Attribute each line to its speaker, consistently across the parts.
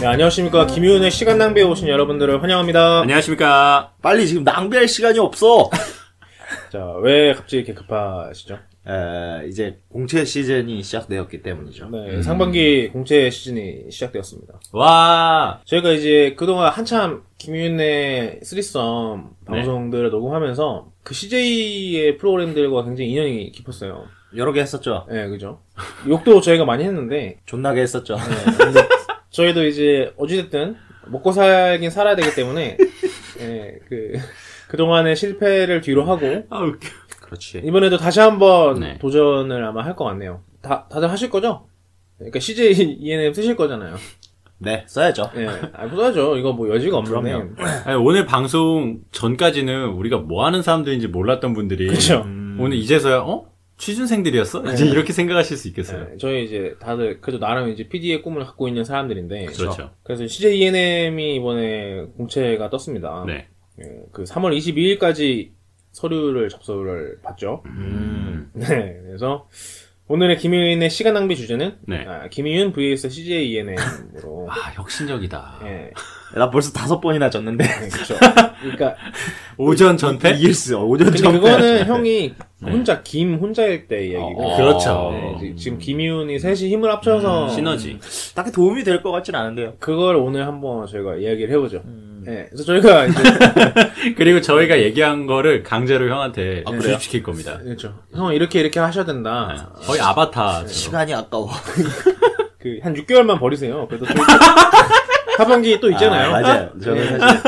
Speaker 1: 네, 안녕하십니까. 김희훈의 시간 낭비에 오신 여러분들을 환영합니다.
Speaker 2: 안녕하십니까.
Speaker 3: 어. 빨리 지금 낭비할 시간이 없어.
Speaker 1: 자, 왜 갑자기 이렇게 급하시죠?
Speaker 3: 에, 이제 공채 시즌이 시작되었기 때문이죠.
Speaker 1: 네,
Speaker 2: 음.
Speaker 1: 상반기 공채 시즌이 시작되었습니다.
Speaker 2: 와.
Speaker 1: 저희가 이제 그동안 한참 김희윤의 쓰리썸
Speaker 2: 네.
Speaker 1: 방송들을 녹음하면서 그 CJ의 프로그램들과 굉장히 인연이 깊었어요.
Speaker 3: 여러 개 했었죠.
Speaker 1: 예, 네, 그죠? 욕도 저희가 많이 했는데,
Speaker 3: 존나게 했었죠.
Speaker 1: 네, 근데 저희도 이제 어찌됐든 먹고 살긴 살아야 되기 때문에, 예, 그, 그동안의 실패를 뒤로 하고,
Speaker 2: 아, 웃겨.
Speaker 3: 그렇지.
Speaker 1: 이번에도 다시 한번
Speaker 2: 네.
Speaker 1: 도전을 아마 할 것 같네요. 다, 다들 하실 거죠? 그러니까 CJ ENM 쓰실 거잖아요.
Speaker 3: 네, 써야죠.
Speaker 1: 예. 아, 못하죠. 이거 뭐 여지가 없는데.
Speaker 2: 아니, 오늘 방송 전까지는 우리가 뭐 하는 사람들인지 몰랐던 분들이.
Speaker 1: 그쵸.
Speaker 2: 음.
Speaker 3: 음.
Speaker 2: 오늘 이제서야, 어? 취준생들이었어?
Speaker 3: 네.
Speaker 2: 이제 이렇게 생각하실 수 있겠어요.
Speaker 1: 예, 저희 이제 다들, 그래도 나름 이제 PD의 꿈을 갖고 있는 사람들인데.
Speaker 2: 그렇죠.
Speaker 1: 그래서 CJ ENM이 이번에 공채가 떴습니다.
Speaker 2: 네.
Speaker 1: 예, 그 3월 22일까지 서류를 접수를 받죠.
Speaker 2: 음.
Speaker 1: 네. 그래서 오늘의 김희윤의 시간 낭비 주제는
Speaker 2: 네.
Speaker 1: 아, 김희윤 vs CJ ENM으로.
Speaker 2: 아, 혁신적이다.
Speaker 3: 네.
Speaker 1: 예.
Speaker 3: 나 벌써 다섯 번이나 졌는데.
Speaker 1: 네, 그쵸. 그러니까
Speaker 2: 오전 전패?
Speaker 3: 음. 이길 수, 오전
Speaker 1: 근데
Speaker 3: 전패. 네.
Speaker 1: 그거는 형이 혼자 김 혼자일 때 이야기고
Speaker 2: 어, 네. 그렇죠.
Speaker 1: 네, 이제 지금 김이훈이 셋이 힘을 합쳐서
Speaker 2: 음.
Speaker 3: 음.
Speaker 2: 시너지.
Speaker 3: 딱히 도움이 될 것 같진 않은데요.
Speaker 1: 그걸 오늘 한번 저희가 이야기를 해보죠.
Speaker 2: 음.
Speaker 3: 음.
Speaker 1: 네, 그래서 저희가 이제
Speaker 2: 그리고 저희가 얘기한 거를 강제로 형한테
Speaker 3: 아, 그래요?
Speaker 2: 주입시킬 겁니다.
Speaker 1: 그렇죠. 형 이렇게 이렇게 하셔야
Speaker 2: 네.
Speaker 1: 된다.
Speaker 2: 거의 아바타.
Speaker 3: 시간이 아까워.
Speaker 1: 그 한 6개월만 버리세요. 그래도 저희 하반기 또 있잖아요.
Speaker 3: 아, 맞아요.
Speaker 2: 네.
Speaker 3: 저는 사실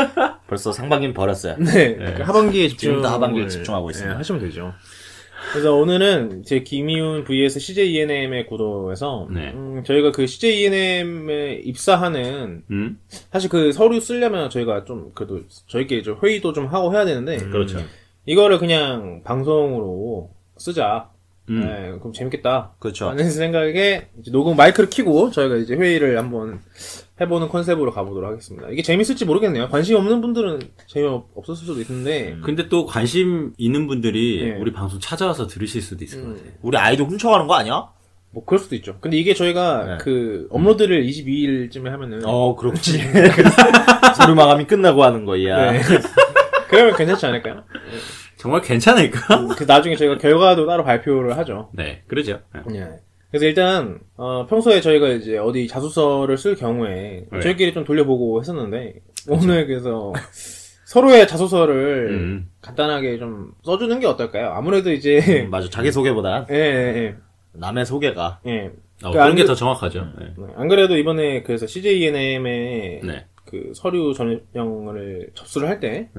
Speaker 3: 벌써 상반기는 버렸어요.
Speaker 1: 네, 그러니까 하반기에 집중. 네,
Speaker 3: 지금도 하반기에 집중하고 있습니다.
Speaker 1: 하시면 되죠. 그래서 오늘은 제 김이훈 vs CJ ENM의 구도에서
Speaker 2: 네.
Speaker 1: 음, 저희가 그 CJ ENM에 입사하는
Speaker 2: 음?
Speaker 1: 사실 그 서류 쓰려면 저희가 좀 그래도 저희끼리 좀 회의도 좀 하고 해야 되는데
Speaker 2: 그렇죠.
Speaker 1: 이거를 그냥 방송으로 쓰자.
Speaker 2: 음.
Speaker 1: 네, 그럼 재밌겠다.
Speaker 3: 그렇죠.
Speaker 2: 네.
Speaker 1: 하는 생각에 이제 녹음 마이크를 켜고 저희가 이제 회의를 한번 해보는 컨셉으로 가보도록 하겠습니다. 이게 재밌을지 모르겠네요. 관심 없는 분들은 재미없었을 수도 있는데
Speaker 2: 근데 또 관심 있는 분들이
Speaker 3: 네.
Speaker 1: 예.
Speaker 2: 우리 방송 찾아와서 들으실 수도 있을 것 같아요.
Speaker 3: 우리 아이도 훔쳐가는 거 아니야?
Speaker 1: 음, 뭐 그럴 수도 있죠. 근데 이게 저희가
Speaker 3: 네.
Speaker 1: 그 업로드를 22일쯤에 하면은
Speaker 3: 어, 그렇지. 서류 마감이 끝나고 하는 거야.
Speaker 1: 네. 그러면 괜찮지 않을까요?
Speaker 2: 정말 괜찮을까?
Speaker 1: 그 나중에 저희가 결과도 따로 발표를 하죠.
Speaker 2: 네, 그러죠. 네.
Speaker 1: 예. 그래서 일단 어, 평소에 저희가 이제 어디 자소서를 쓸 경우에
Speaker 2: 네. 그렇죠.
Speaker 1: 저희끼리 좀 돌려보고 했었는데 오늘 그래서 서로의
Speaker 3: 네.
Speaker 1: 자소서를
Speaker 2: 음.
Speaker 1: 간단하게 좀 써주는 게 어떨까요? 아무래도 이제
Speaker 3: 음, 맞아. 자기소개보다
Speaker 1: 예, 예,
Speaker 3: 남의 소개가.
Speaker 1: 예, 예.
Speaker 2: 어,
Speaker 1: 그러니까
Speaker 2: 그런 게
Speaker 1: 안
Speaker 2: 더
Speaker 3: 음.
Speaker 2: 정확하죠. 네.
Speaker 1: 네. 안 그래도 이번에 그래서 CJNM의
Speaker 2: 네.
Speaker 1: 그 서류 전형을 접수를 할 때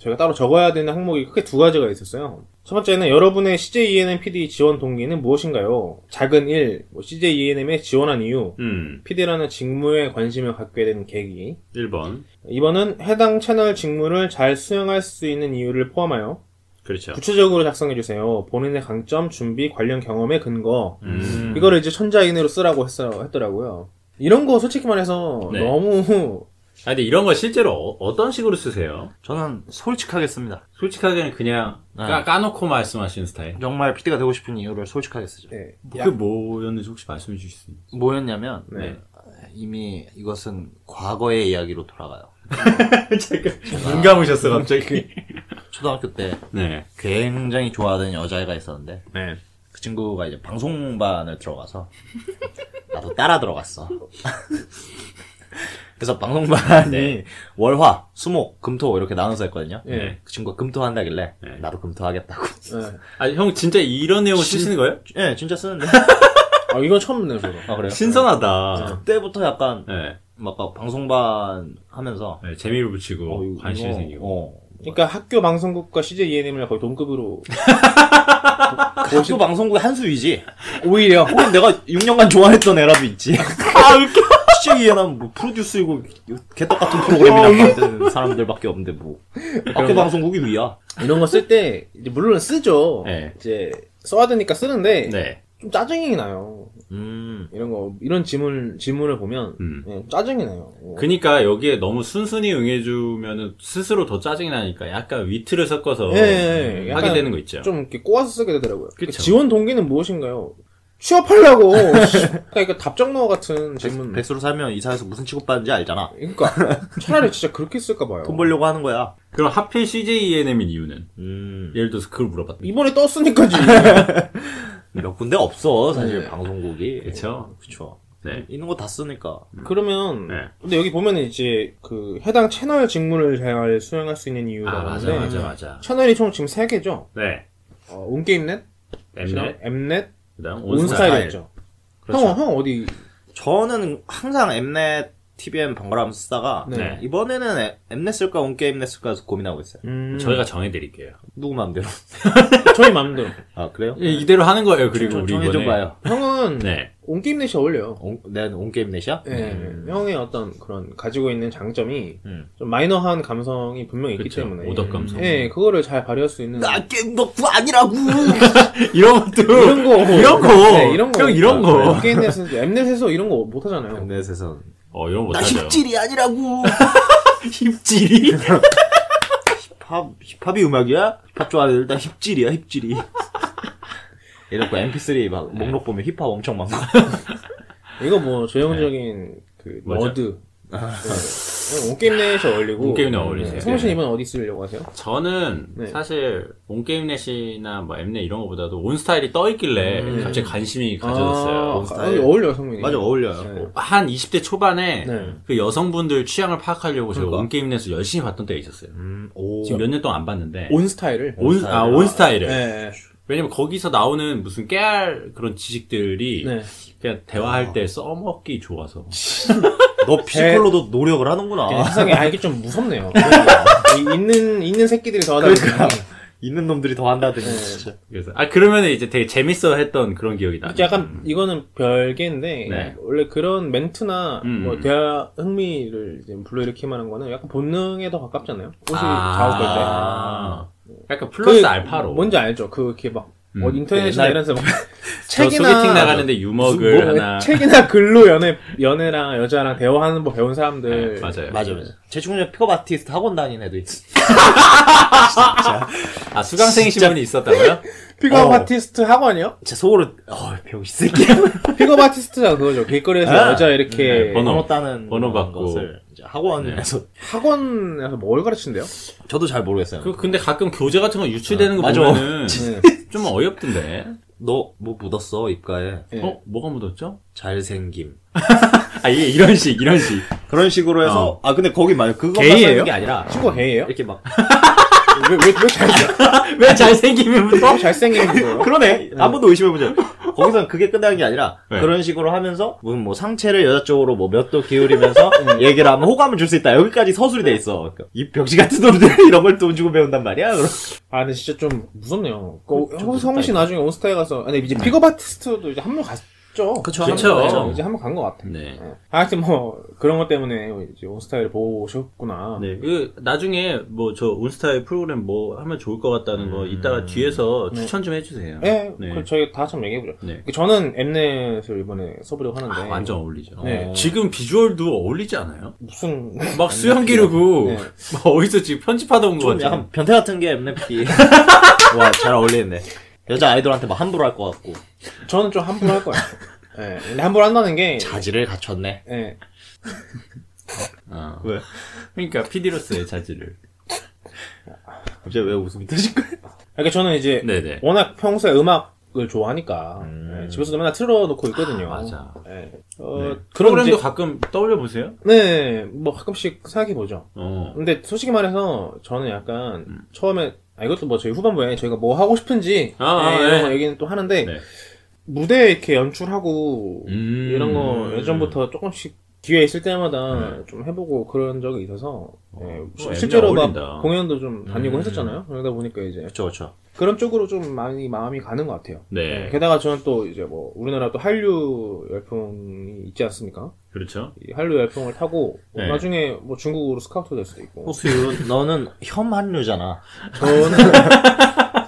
Speaker 1: 저희가 따로 적어야 되는 항목이 크게 두 가지가 있었어요. 첫 번째는 여러분의 CJENM PD 지원 동기는 무엇인가요? 작은 뭐 1, CJENM에 지원한 이유,
Speaker 2: 음,
Speaker 1: PD라는 직무에 관심을 갖게 된 계기.
Speaker 2: 1번.
Speaker 1: 이번은 해당 채널 직무를 잘 수행할 수 있는 이유를 포함하여
Speaker 2: 그렇죠.
Speaker 1: 구체적으로 작성해주세요. 본인의 강점, 준비, 관련 경험의 근거.
Speaker 2: 음.
Speaker 1: 이거를 이제 천자인으로 쓰라고 했어, 했더라고요. 이런 거 솔직히 말해서
Speaker 2: 네.
Speaker 1: 너무,
Speaker 2: 아, 근데 이런 거 실제로 어, 어떤 식으로 쓰세요?
Speaker 3: 저는 솔직하게 씁니다.
Speaker 2: 솔직하게는 그냥
Speaker 3: 네.
Speaker 2: 까, 까놓고 말씀하시는 스타일.
Speaker 3: 정말 PD가 되고 싶은 이유를 솔직하게 쓰죠.
Speaker 1: 네.
Speaker 2: 그 뭐였는지 혹시 말씀해 주실 수 있나요?
Speaker 3: 뭐였냐면
Speaker 1: 네.
Speaker 3: 이미 이것은 과거의 이야기로 돌아가요.
Speaker 2: 눈 감으셨어, 갑자기.
Speaker 3: 초등학교 때
Speaker 2: 네.
Speaker 3: 굉장히 좋아하던 여자애가 있었는데
Speaker 2: 네.
Speaker 3: 그 친구가 이제 방송반을 들어가서 나도 따라 들어갔어. 그래서
Speaker 2: 네.
Speaker 3: 방송반이
Speaker 1: 네.
Speaker 3: 월화, 수목, 금토 이렇게 나눠서 했거든요.
Speaker 1: 예.
Speaker 2: 네.
Speaker 3: 그 친구가 금토 한다길래
Speaker 2: 네.
Speaker 3: 나도 금토 하겠다고.
Speaker 1: 예.
Speaker 2: 아, 형 진짜 이런 내용을 쓰시는 거예요?
Speaker 3: 예, 진짜 쓰는데.
Speaker 1: 아, 이건 처음 듣네요, 저도.
Speaker 3: 아 그래요?
Speaker 2: 신선하다.
Speaker 3: 그때부터 약간
Speaker 2: 네.
Speaker 3: 막, 막 방송반 하면서
Speaker 2: 네, 재미를
Speaker 3: 어,
Speaker 2: 붙이고
Speaker 3: 이거-
Speaker 2: 관심이
Speaker 3: 이거-
Speaker 2: 생기고.
Speaker 3: 어,
Speaker 1: 그러니까 학교 방송국과 CJ ENM을 거의 동급으로.
Speaker 3: 학교 아, 방송국 한 수위지.
Speaker 1: 오히려.
Speaker 3: 혹은 내가 6년간 좋아했던 애라도 있지. 아, 웃겨. 시제기에는 뭐 프로듀스이고 개떡 같은 프로그램이랑 같은 사람들밖에 없는데 뭐 학교 방송국이 위야.
Speaker 1: 이런 거 쓸 때, 이제 물론 쓰죠.
Speaker 2: 네.
Speaker 1: 이제 써야 되니까 쓰는데,
Speaker 2: 네.
Speaker 1: 좀 짜증이 나요.
Speaker 3: 음.
Speaker 1: 이런 거, 이런 지문, 지문을 보면,
Speaker 2: 음.
Speaker 1: 예, 짜증이 나요. 어.
Speaker 2: 그니까 여기에 너무 순순히 응해주면은 스스로 더 짜증이 나니까 약간 위트를 섞어서
Speaker 1: 예, 예, 예.
Speaker 2: 음, 하게
Speaker 1: 약간
Speaker 2: 되는 거 있죠.
Speaker 1: 좀 이렇게 꼬아서 쓰게 되더라고요.
Speaker 2: 그쵸.
Speaker 1: 지원 동기는 무엇인가요? 취업하려고. 그러니까 답정너 같은 질문.
Speaker 3: 백수로 살면 이 사회에서 무슨 취급받는지 알잖아.
Speaker 1: 그러니까 차라리 진짜 그렇게 쓸까 봐요.
Speaker 3: 돈 벌려고 하는 거야.
Speaker 2: 그럼 하필 CJENM인 이유는?
Speaker 3: 음.
Speaker 2: 예를 들어서 그걸 물어봤다.
Speaker 1: 이번에 떴으니까지.
Speaker 3: 몇 군데 없어, 사실,
Speaker 1: 네.
Speaker 3: 방송국이.
Speaker 2: 그쵸.
Speaker 3: 그쵸.
Speaker 2: 네.
Speaker 3: 있는 거 다 쓰니까.
Speaker 1: 그러면
Speaker 2: 네.
Speaker 1: 근데 여기 보면은 이제 그 해당 채널 직무를 잘 수행할 수 있는 이유가 있는데
Speaker 2: 아, 맞아.
Speaker 1: 채널이 총 지금 세 개죠.
Speaker 2: 네.
Speaker 1: 어, 온게임넷,
Speaker 2: 엠넷,
Speaker 1: 엠넷,
Speaker 2: 그다음 네. 온스타일.
Speaker 1: 온스타일이었죠.
Speaker 2: 그렇죠.
Speaker 1: 형, 형 어디?
Speaker 3: 저는 항상 엠넷, TVN 번갈아 하면서 쓰다가,
Speaker 1: 네.
Speaker 2: 네.
Speaker 3: 이번에는 엠- 엠넷 쓸까, 온게임넷 쓸까 해서 고민하고 있어요.
Speaker 1: 음,
Speaker 2: 저희가 정해드릴게요.
Speaker 3: 누구 마음대로.
Speaker 1: 저희 마음대로.
Speaker 3: 아, 그래요?
Speaker 2: 예, 이대로 하는 거예요. 그리고 우리 이번에.
Speaker 3: 정해줘봐요.
Speaker 1: 형은
Speaker 2: 네.
Speaker 1: 온게임넷이 어울려요.
Speaker 3: 온, 난 온게임넷이야? 네.
Speaker 1: 예, 형의 어떤 그런 가지고 있는 장점이
Speaker 3: 음.
Speaker 1: 좀 마이너한 감성이 분명히 있기
Speaker 2: 그쵸.
Speaker 1: 때문에
Speaker 2: 오덕 감성.
Speaker 1: 예, 그거를 잘 발휘할 수 있는
Speaker 3: 나 게임 덕후 아니라고!
Speaker 2: 이런 것도
Speaker 1: 이런 거
Speaker 2: 그 이런 거!
Speaker 1: 네, 이런 거
Speaker 2: 형, 이런 거.
Speaker 1: 온게임넷에서 엠넷에서 이런 거 못 하잖아요.
Speaker 3: 엠넷에서.
Speaker 2: 어 이런 거
Speaker 3: 나
Speaker 2: 못하죠.
Speaker 3: 힙질이 아니라고!
Speaker 2: 힙질이.
Speaker 3: 힙합, 힙합이 음악이야? 힙합 좋아하는 일단 힙질이야, 힙질이. 이렇게 MP3 막 목록 보면 힙합 엄청 많고.
Speaker 1: 이거 뭐 조형적인 그
Speaker 2: 네. 맞아.
Speaker 1: 머드 네. 온게임넷이 어울리고
Speaker 2: 온게임넷 어울리세요.
Speaker 1: 성신
Speaker 2: 네.
Speaker 1: 이번 어디 쓰려고 하세요?
Speaker 2: 저는
Speaker 1: 네.
Speaker 2: 사실 온게임넷이나 뭐 엠넷 이런 거보다도 온스타일이 떠 있길래
Speaker 1: 음.
Speaker 2: 갑자기 관심이
Speaker 1: 아,
Speaker 2: 가져졌어요.
Speaker 3: 스타일.
Speaker 1: 아, 어울려
Speaker 2: 예.
Speaker 1: 성민이.
Speaker 3: 맞아, 어울려요.
Speaker 1: 네.
Speaker 2: 한 20대 초반에
Speaker 1: 네.
Speaker 2: 그 여성분들 취향을 파악하려고 제가
Speaker 3: 그러니까.
Speaker 2: 온게임넷을 열심히 봤던 때가 있었어요.
Speaker 3: 음, 오.
Speaker 2: 지금 몇 년 동안 안 봤는데
Speaker 1: 온 스타일을.
Speaker 2: 온, 아, 온스타일을.
Speaker 1: 네.
Speaker 2: 왜냐면 거기서 나오는 무슨 깨알 그런 지식들이
Speaker 1: 네.
Speaker 2: 그냥 대화할 때 써먹기 좋아서.
Speaker 3: 너 피지컬로도 노력을 하는구나.
Speaker 2: 예.
Speaker 1: 그냥 세상에 아 이게 좀 무섭네요. 이- 있는 있는 새끼들이 더하다
Speaker 3: 그러니까.
Speaker 1: 보니
Speaker 3: 있는 놈들이 더 한다더니,
Speaker 2: 예.
Speaker 1: 네.
Speaker 3: 진짜.
Speaker 2: 그래서, 아, 그러면 이제 되게 재밌어 했던 그런 기억이 나요.
Speaker 1: 이게 약간 이거는 별개인데
Speaker 2: 네.
Speaker 1: 원래 그런 멘트나
Speaker 2: 음.
Speaker 1: 뭐 대화 흥미를 이제 불러일으킬 만한 거는 약간 본능에 더 가깝잖아요. 옷이 가혹할 때.
Speaker 2: 아, 약간 플러스
Speaker 1: 그
Speaker 2: 알파로.
Speaker 1: 뭔지 알죠? 그, 이렇게 막,
Speaker 2: 음.
Speaker 1: 어, 인터넷이나
Speaker 3: 옛날-
Speaker 1: 이런 데서 막
Speaker 2: 저 소개팅 나가는데 유머글
Speaker 1: 뭐,
Speaker 2: 하나.
Speaker 1: 책이나 글로 연애, 연애랑 여자랑 대화하는 법 배운 사람들.
Speaker 2: 네, 맞아요.
Speaker 3: 맞아, 맞아. 제 친구는 픽업 아티스트 학원 다닌 애도 있어.
Speaker 2: 아, 수강생이 신분이 있었다고요?
Speaker 1: 픽업
Speaker 3: 어.
Speaker 1: 아티스트 학원이요?
Speaker 3: 제 속으로, 어, 배우 이 새끼야.
Speaker 1: 픽업 아티스트가 그거죠. 길거리에서
Speaker 3: 아.
Speaker 1: 여자 이렇게
Speaker 2: 네, 번호.
Speaker 3: 번호 따는
Speaker 2: 번호 받고. 예.
Speaker 3: 것을 이제 학원에서.
Speaker 1: 학원에서 뭘 가르친대요?
Speaker 3: 저도 잘 모르겠어요.
Speaker 2: 그, 근데 가끔 교재 같은 거 유출되는 거
Speaker 3: 맞아.
Speaker 2: 보면은
Speaker 1: 네.
Speaker 2: 좀 어이없던데.
Speaker 3: 너, 뭐 묻었어, 입가에.
Speaker 1: 네.
Speaker 2: 어? 뭐가 묻었죠?
Speaker 3: 잘생김.
Speaker 2: 아, 이게 이런 식, 이런 식.
Speaker 3: 그런 식으로 해서. 아, 근데 거기 말이야. 그거
Speaker 2: 게이예요?
Speaker 3: 게 아니라.
Speaker 1: 친구가 게이예요?
Speaker 3: 이렇게 막.
Speaker 1: 왜, 왜, 왜 잘생,
Speaker 2: 왜 잘생기면 묻어?
Speaker 1: 왜 잘생긴 거예요?
Speaker 3: 그러네. 한 번도 의심해보자. 거기서는 그게 끝나는 게 아니라
Speaker 2: 네.
Speaker 3: 그런 식으로 하면서 무슨 뭐 상체를 여자 쪽으로 뭐 몇 도 기울이면서 얘기를 하면 호감을 줄 수 있다. 여기까지 서술이 돼 있어. 그러니까 이 벽지 같은 놈들 이런 걸 돈 주고 배운단 말이야. 그럼.
Speaker 1: 아, 근데 진짜 좀 무섭네요.
Speaker 3: 좀
Speaker 1: 성우 그 씨
Speaker 3: 무섭다,
Speaker 1: 나중에 온스타에 가서, 아니, 이제 픽업 아티스트도 이제 한 번 갔죠.
Speaker 3: 그쵸,
Speaker 2: 그쵸.
Speaker 1: 네,
Speaker 2: 어.
Speaker 1: 이제 한 번 간 것 같아.
Speaker 2: 네.
Speaker 1: 어. 하여튼 뭐, 그런 것 때문에 이제 온스타일을 보고 오셨구나.
Speaker 2: 네. 그, 나중에, 뭐, 저, 온스타의 프로그램 뭐 하면 좋을 것 같다는 거, 이따가 뒤에서
Speaker 1: 음. 네.
Speaker 2: 추천 좀 해주세요.
Speaker 1: 네,
Speaker 2: 네.
Speaker 1: 그 저희 다 같이 한번 얘기해보죠.
Speaker 2: 네.
Speaker 1: 저는 엠넷을 이번에 써보려고 하는데.
Speaker 2: 아, 완전 어울리죠.
Speaker 1: 네.
Speaker 2: 어. 지금 비주얼도 어울리지 않아요?
Speaker 1: 무슨.
Speaker 2: 막 수염 기르고,
Speaker 1: 네.
Speaker 2: 막 어디서 지금 편집하다 온 거
Speaker 3: 좀
Speaker 2: 같아요.
Speaker 3: 약간 변태 같은 게 엠넷피. 와, 잘 어울리는데. 여자 아이돌한테 막 함부로 할 것 같고.
Speaker 1: 저는 좀 함부로 할 거예요. 네, 근데 함부로 한다는 게.
Speaker 3: 자질을 갖췄네.
Speaker 1: 네.
Speaker 2: 어.
Speaker 3: 왜?
Speaker 2: 그러니까, 피디로서의 자질을.
Speaker 3: 갑자기 왜 웃음이 터질 거야?
Speaker 1: 그러니까 저는 이제
Speaker 2: 네네.
Speaker 1: 워낙 평소에 음악을 좋아하니까 네, 집에서도 맨날 틀어놓고 있거든요.
Speaker 2: 맞아.
Speaker 1: 네. 어, 그런
Speaker 2: 프로그램도
Speaker 1: 이제,
Speaker 2: 가끔 떠올려 보세요.
Speaker 1: 네, 뭐 가끔씩 생각해보죠.
Speaker 2: 어.
Speaker 1: 근데 솔직히 말해서 저는 약간 처음에 아, 이것도 뭐 저희 후반부에 저희가 뭐 하고 싶은지
Speaker 2: 아,
Speaker 1: 예,
Speaker 2: 아,
Speaker 1: 이런
Speaker 2: 예.
Speaker 1: 거 얘기는 또 하는데
Speaker 2: 네.
Speaker 1: 무대에 이렇게 연출하고
Speaker 2: 음.
Speaker 1: 이런 거 예전부터 조금씩 기회 있을 때마다 좀 해보고 그런 적이 있어서 예, 시-
Speaker 2: 네. 어,
Speaker 1: 실제로
Speaker 2: 옛날
Speaker 1: 막
Speaker 2: 어울린다.
Speaker 1: 공연도 좀 다니고
Speaker 2: 음.
Speaker 1: 했었잖아요. 그러다 보니까 이제
Speaker 3: 그쵸, 그쵸.
Speaker 1: 그런 쪽으로 좀 많이 마음이 가는 것 같아요.
Speaker 2: 네.
Speaker 1: 예, 게다가 저는 또 이제 뭐 우리나라 또 한류 열풍이 있지 않습니까?
Speaker 2: 그렇죠.
Speaker 1: 이 한류 열풍을 타고 뭐
Speaker 3: 예.
Speaker 2: 네.
Speaker 1: 나중에 뭐 중국으로 스카우트 될 수도 있고
Speaker 3: 호수, 너는 혐한류잖아.
Speaker 1: 저는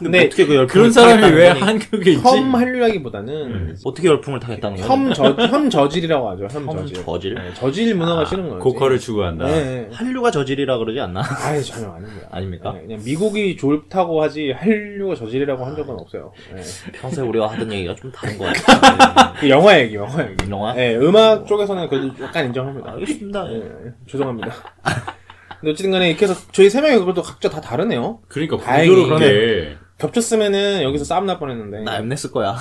Speaker 1: 근데
Speaker 3: 어떻게 그 열풍을
Speaker 2: 그런 사람이 왜
Speaker 3: 타겠다는 음. 거니?
Speaker 2: 한국에 있지?
Speaker 1: 혐 한류라기보다는
Speaker 3: 어떻게 열풍을 타겠다는 거야?
Speaker 1: 혐, 저, 혐 저질이라고 하죠. 혐 저질.
Speaker 3: 저질.
Speaker 1: 네, 저질 문화가
Speaker 2: 아,
Speaker 1: 싫은 거지.
Speaker 2: 고퀄을 추구한다.
Speaker 1: 네.
Speaker 3: 한류가 저질이라 그러지 않나?
Speaker 1: 아예 전혀 아닙니다.
Speaker 3: 아닙니까?
Speaker 1: 네, 그냥 미국이 좋다고 하지 한류가 저질이라고 한
Speaker 3: 아, 예.
Speaker 1: 적은 없어요. 네.
Speaker 3: 평소에 우리가 하던 얘기가 좀 다른 거 같아요.
Speaker 1: 그 영화 얘기, 영화 얘기.
Speaker 3: 영화?
Speaker 1: 네, 음악 쪽에서는 그래도 약간 인정합니다.
Speaker 3: 알겠습니다.
Speaker 1: 네, 죄송합니다. 근데 어쨌든 간에 이렇게 해서 저희 세 명이 그래도 각자 다 다르네요.
Speaker 2: 그러니까
Speaker 1: 다행히
Speaker 2: 구조로 그게
Speaker 1: 겹쳤으면은 여기서 싸움 날 뻔했는데.
Speaker 3: 나 엠넷을 거야.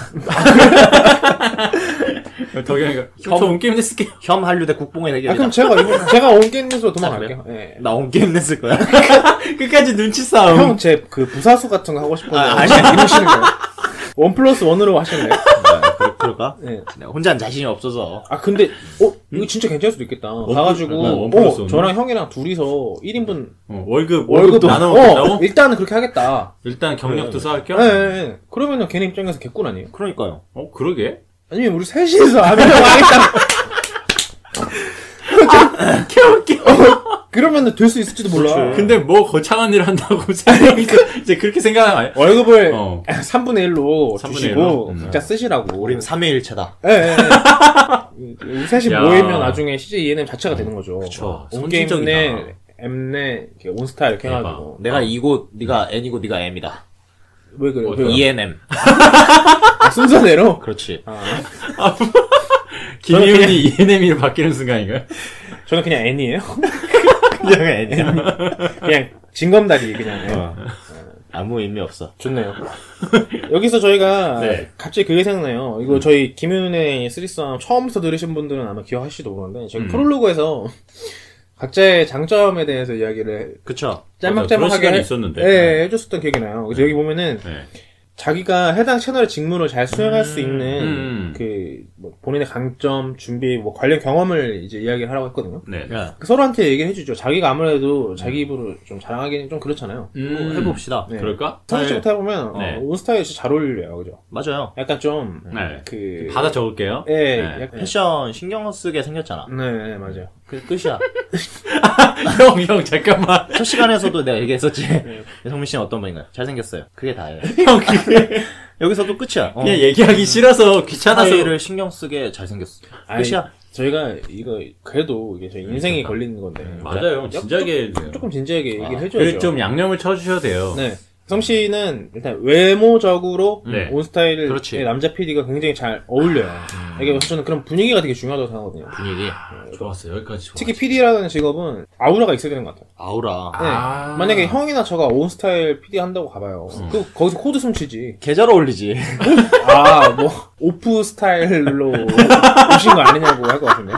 Speaker 2: 네, 덕현이가 저온 게임 했을게요.
Speaker 3: 혐 한류 대 국뽕의
Speaker 1: 아,
Speaker 3: 대결이다.
Speaker 1: 그럼 제가, 이번, 제가 온 게임에서
Speaker 2: 아,
Speaker 1: 도망갈게요. 예.
Speaker 3: 나 온게 엠넷을 거야.
Speaker 2: 끝까지 눈치 싸움.
Speaker 1: 형, 제 그 부사수 같은 거 하고 싶어서.
Speaker 3: 아,
Speaker 1: 아,
Speaker 3: 아니,
Speaker 1: 이러시는 거예요. 원 플러스 원으로 하실래요?
Speaker 3: 그럴- 그럴까?
Speaker 1: 예.
Speaker 3: 내가 혼자 한 자신이 없어서.
Speaker 1: 아, 근데, 어, 이거 진짜 괜찮을 수도 있겠다. 가가지고,
Speaker 2: 플러스- 원 플러스
Speaker 1: 어,
Speaker 2: 원으로?
Speaker 1: 저랑 형이랑 둘이서 1인분
Speaker 2: 어, 월급 월급
Speaker 1: 월급
Speaker 2: 나눠
Speaker 1: 어,
Speaker 2: 먹는다고?
Speaker 1: 일단은 그렇게 하겠다.
Speaker 2: 일단 경력도 쌓을
Speaker 1: 예,
Speaker 2: 겸.
Speaker 1: 예, 예. 그러면은 걔네 입장에서 개꿀 아니에요?
Speaker 3: 그러니까요.
Speaker 2: 어 그러게.
Speaker 1: 아니면 우리 셋이서 하면 하겠다. 개웃겨. 아, 그러면은 될 수 있을지도 몰라.
Speaker 2: 근데 뭐 거창한 일 한다고 생각해서 이제 그렇게 생각하면 안 해.
Speaker 1: 월급을
Speaker 2: 어.
Speaker 1: 3분의 1로
Speaker 2: 3분의
Speaker 1: 주시고
Speaker 2: 1로? 음.
Speaker 1: 각자 쓰시라고.
Speaker 3: 우리는 3의 일체다.
Speaker 1: 예, 예, 예. 우리 셋이
Speaker 2: 야.
Speaker 1: 모이면 나중에 CJ ENM 자체가 되는 거죠. 어,
Speaker 2: 그쵸.
Speaker 1: 온게임네,
Speaker 2: 선진적이다.
Speaker 1: 엠네, 이렇게 온스타 이렇게
Speaker 2: 대박.
Speaker 1: 해가지고.
Speaker 3: 내가 이고, 네가 N이고, 네가 M이다.
Speaker 1: 왜 그래요?
Speaker 2: 어떤-
Speaker 1: 왜요?
Speaker 3: ENM.
Speaker 1: 아, 순서대로?
Speaker 3: 그렇지.
Speaker 1: 아,
Speaker 2: 김희훈이 ENM이로 바뀌는 순간인가요?
Speaker 1: 저는 그냥 N이에요. 아,
Speaker 3: 그냥 N.
Speaker 1: 그냥 진검다리 그냥. 예.
Speaker 2: 어.
Speaker 3: 아무 의미 없어.
Speaker 1: 좋네요. 여기서 저희가
Speaker 2: 네. 음.
Speaker 1: 갑자기 그게 생각나요. 이거 저희 김윤의 쓰리썸 처음부터 들으신 분들은 아마 기억하실지도 모르는데 저희
Speaker 2: 음.
Speaker 1: 프롤로그에서 각자의 장점에 대해서 이야기를
Speaker 3: 그쵸.
Speaker 2: 그런
Speaker 1: 짤막짤막하게
Speaker 2: 시간이
Speaker 1: 해-
Speaker 2: 있었는데.
Speaker 1: 예, 해줬었던 기억이 나요. 그래서 여기 보면은
Speaker 2: 네.
Speaker 1: 자기가 해당 채널의 직무를 잘 수행할 수 있는
Speaker 2: 음.
Speaker 1: 그뭐 본인의 강점, 준비, 뭐 관련 경험을 이제 이야기를 하라고 했거든요. 그
Speaker 2: 네.
Speaker 3: 예.
Speaker 1: 서로한테 얘기를 해주죠. 자기가 아무래도 자기 입으로 좀 자랑하기는 좀 그렇잖아요.
Speaker 2: 음,
Speaker 3: 뭐 해봅시다.
Speaker 1: 네.
Speaker 2: 그럴까?
Speaker 1: 사실부터 해보면 어,
Speaker 2: 네.
Speaker 1: 온스타일이 진짜 잘 어울려요, 그죠?
Speaker 3: 맞아요.
Speaker 1: 약간 좀
Speaker 2: 네.
Speaker 1: 그
Speaker 2: 받아 적을게요.
Speaker 1: 예,
Speaker 2: 네.
Speaker 1: 약간
Speaker 3: 패션 신경 쓰게 생겼잖아.
Speaker 1: 네, 네, 맞아요.
Speaker 3: 그 끝이야.
Speaker 2: 형, 형, 잠깐만.
Speaker 3: 첫 시간에서도 내가 얘기했었지. 성민 씨는 어떤 분인가요? 잘생겼어요. 그게 다예요.
Speaker 2: 형, 그게
Speaker 3: 여기서도 끝이야. 어.
Speaker 2: 그냥 얘기하기 싫어서 귀찮아서.
Speaker 3: 스타일을 신경 쓰게 잘생겼어.
Speaker 1: 아니,
Speaker 3: 끝이야.
Speaker 1: 저희가 이거 그래도 이게 저희 인생이 걸리는 건데.
Speaker 2: 그러니까. 맞아요, 형. 진작에.
Speaker 1: 조금 진지하게 얘기를 해줘야죠.
Speaker 2: 그래, 좀 양념을 쳐주셔야 돼요.
Speaker 1: 네. 성 씨는 일단 외모적으로
Speaker 2: 네.
Speaker 1: 온 스타일의
Speaker 3: 그렇지.
Speaker 1: 남자 PD가 굉장히 잘 어울려요. 이게 그래서 저는 그런 분위기가 되게 중요하다고 생각하거든요.
Speaker 3: 분위기.
Speaker 2: 좋았어요. 여기까지. 좋았어요.
Speaker 1: 특히 PD라는 직업은 아우라가 있어야 되는 것 같아요.
Speaker 3: 아우라.
Speaker 1: 네.
Speaker 2: 아.
Speaker 1: 만약에 형이나 저가 온 스타일 PD 한다고 가봐요. 그 거기서 코드 숨치지.
Speaker 3: 계절 어울리지.
Speaker 1: 아, 뭐 오프 스타일로 오신 거 아니냐고 할 것 같은데.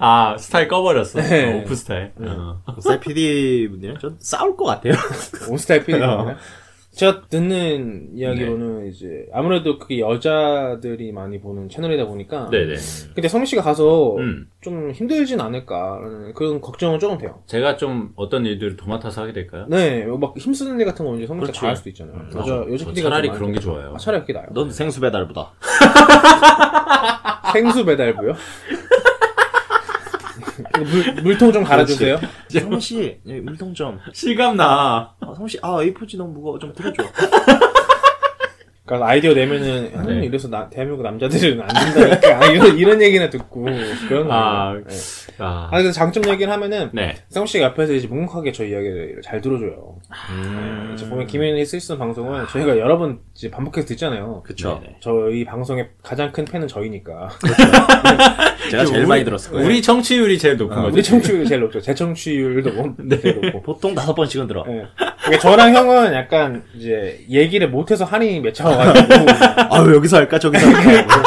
Speaker 2: 아, 스타일 꺼버렸어.
Speaker 1: 네.
Speaker 2: 어, 오프 스타일. 어.
Speaker 3: 셀 PD 분들이랑 좀 싸울 것 같아요.
Speaker 1: 온스타일 PD입니다. 제가 듣는 이야기로는 이제 아무래도 그게 여자들이 많이 보는 채널이다 보니까
Speaker 2: 네네.
Speaker 1: 근데 성민 씨가 가서
Speaker 2: 음.
Speaker 1: 좀 힘들진 않을까라는 그런 걱정은 조금 돼요.
Speaker 2: 제가 좀 어떤 일들을 도맡아서 하게 될까요?
Speaker 1: 네, 막 힘쓰는 일 같은 거 이제 성민 씨가 다 할 수도 있잖아요. 여자
Speaker 2: 어,
Speaker 1: 여자
Speaker 2: 저
Speaker 1: PD가
Speaker 2: 차라리 그런 게 좋아요.
Speaker 1: 아, 차라리 그게 나요.
Speaker 3: 넌 생수 배달보다.
Speaker 1: 생수 배달부요. 이거 물, 물통 좀 갈아주세요.
Speaker 3: 성민 씨, 여기 물통 좀.
Speaker 2: 실감나.
Speaker 3: 아, 성민 씨, 아 A4지 너무 무거워. 좀 들어줘.
Speaker 1: 그러니까 아이디어 내면은 형님
Speaker 2: 네.
Speaker 1: 이래서 나, 대한민국 남자들은 안 된다니까 이런 이런 얘기나 듣고 그런 거.
Speaker 2: 아,
Speaker 1: 아, 네.
Speaker 2: 아.
Speaker 1: 아 그래서 장점 얘기를 하면은
Speaker 2: 네.
Speaker 1: 성우 씨가 옆에서 이제 묵묵하게 저희 이야기를 잘 들어줘요. 네, 이제 보면 김현희 쓸수 방송은 저희가 여러 번 이제 반복해서 듣잖아요.
Speaker 3: 그쵸.
Speaker 2: 네네.
Speaker 1: 저희 방송의 가장 큰 팬은 저희니까.
Speaker 3: 제가 제일
Speaker 2: 우리-
Speaker 3: 많이 들었을 거예요.
Speaker 2: 우리 청취율이 제일 높은 거죠.
Speaker 1: 우리 청취율이 제일 높죠. 제 청취율도 뭐- 제일 높고.
Speaker 3: 보통 다섯 번씩은 들어.
Speaker 1: 예. 그러니까 저랑 형은 약간 이제 얘기를 못해서 한이 맺혀가지고.
Speaker 3: 아유 여기서 할까 저기서 할까.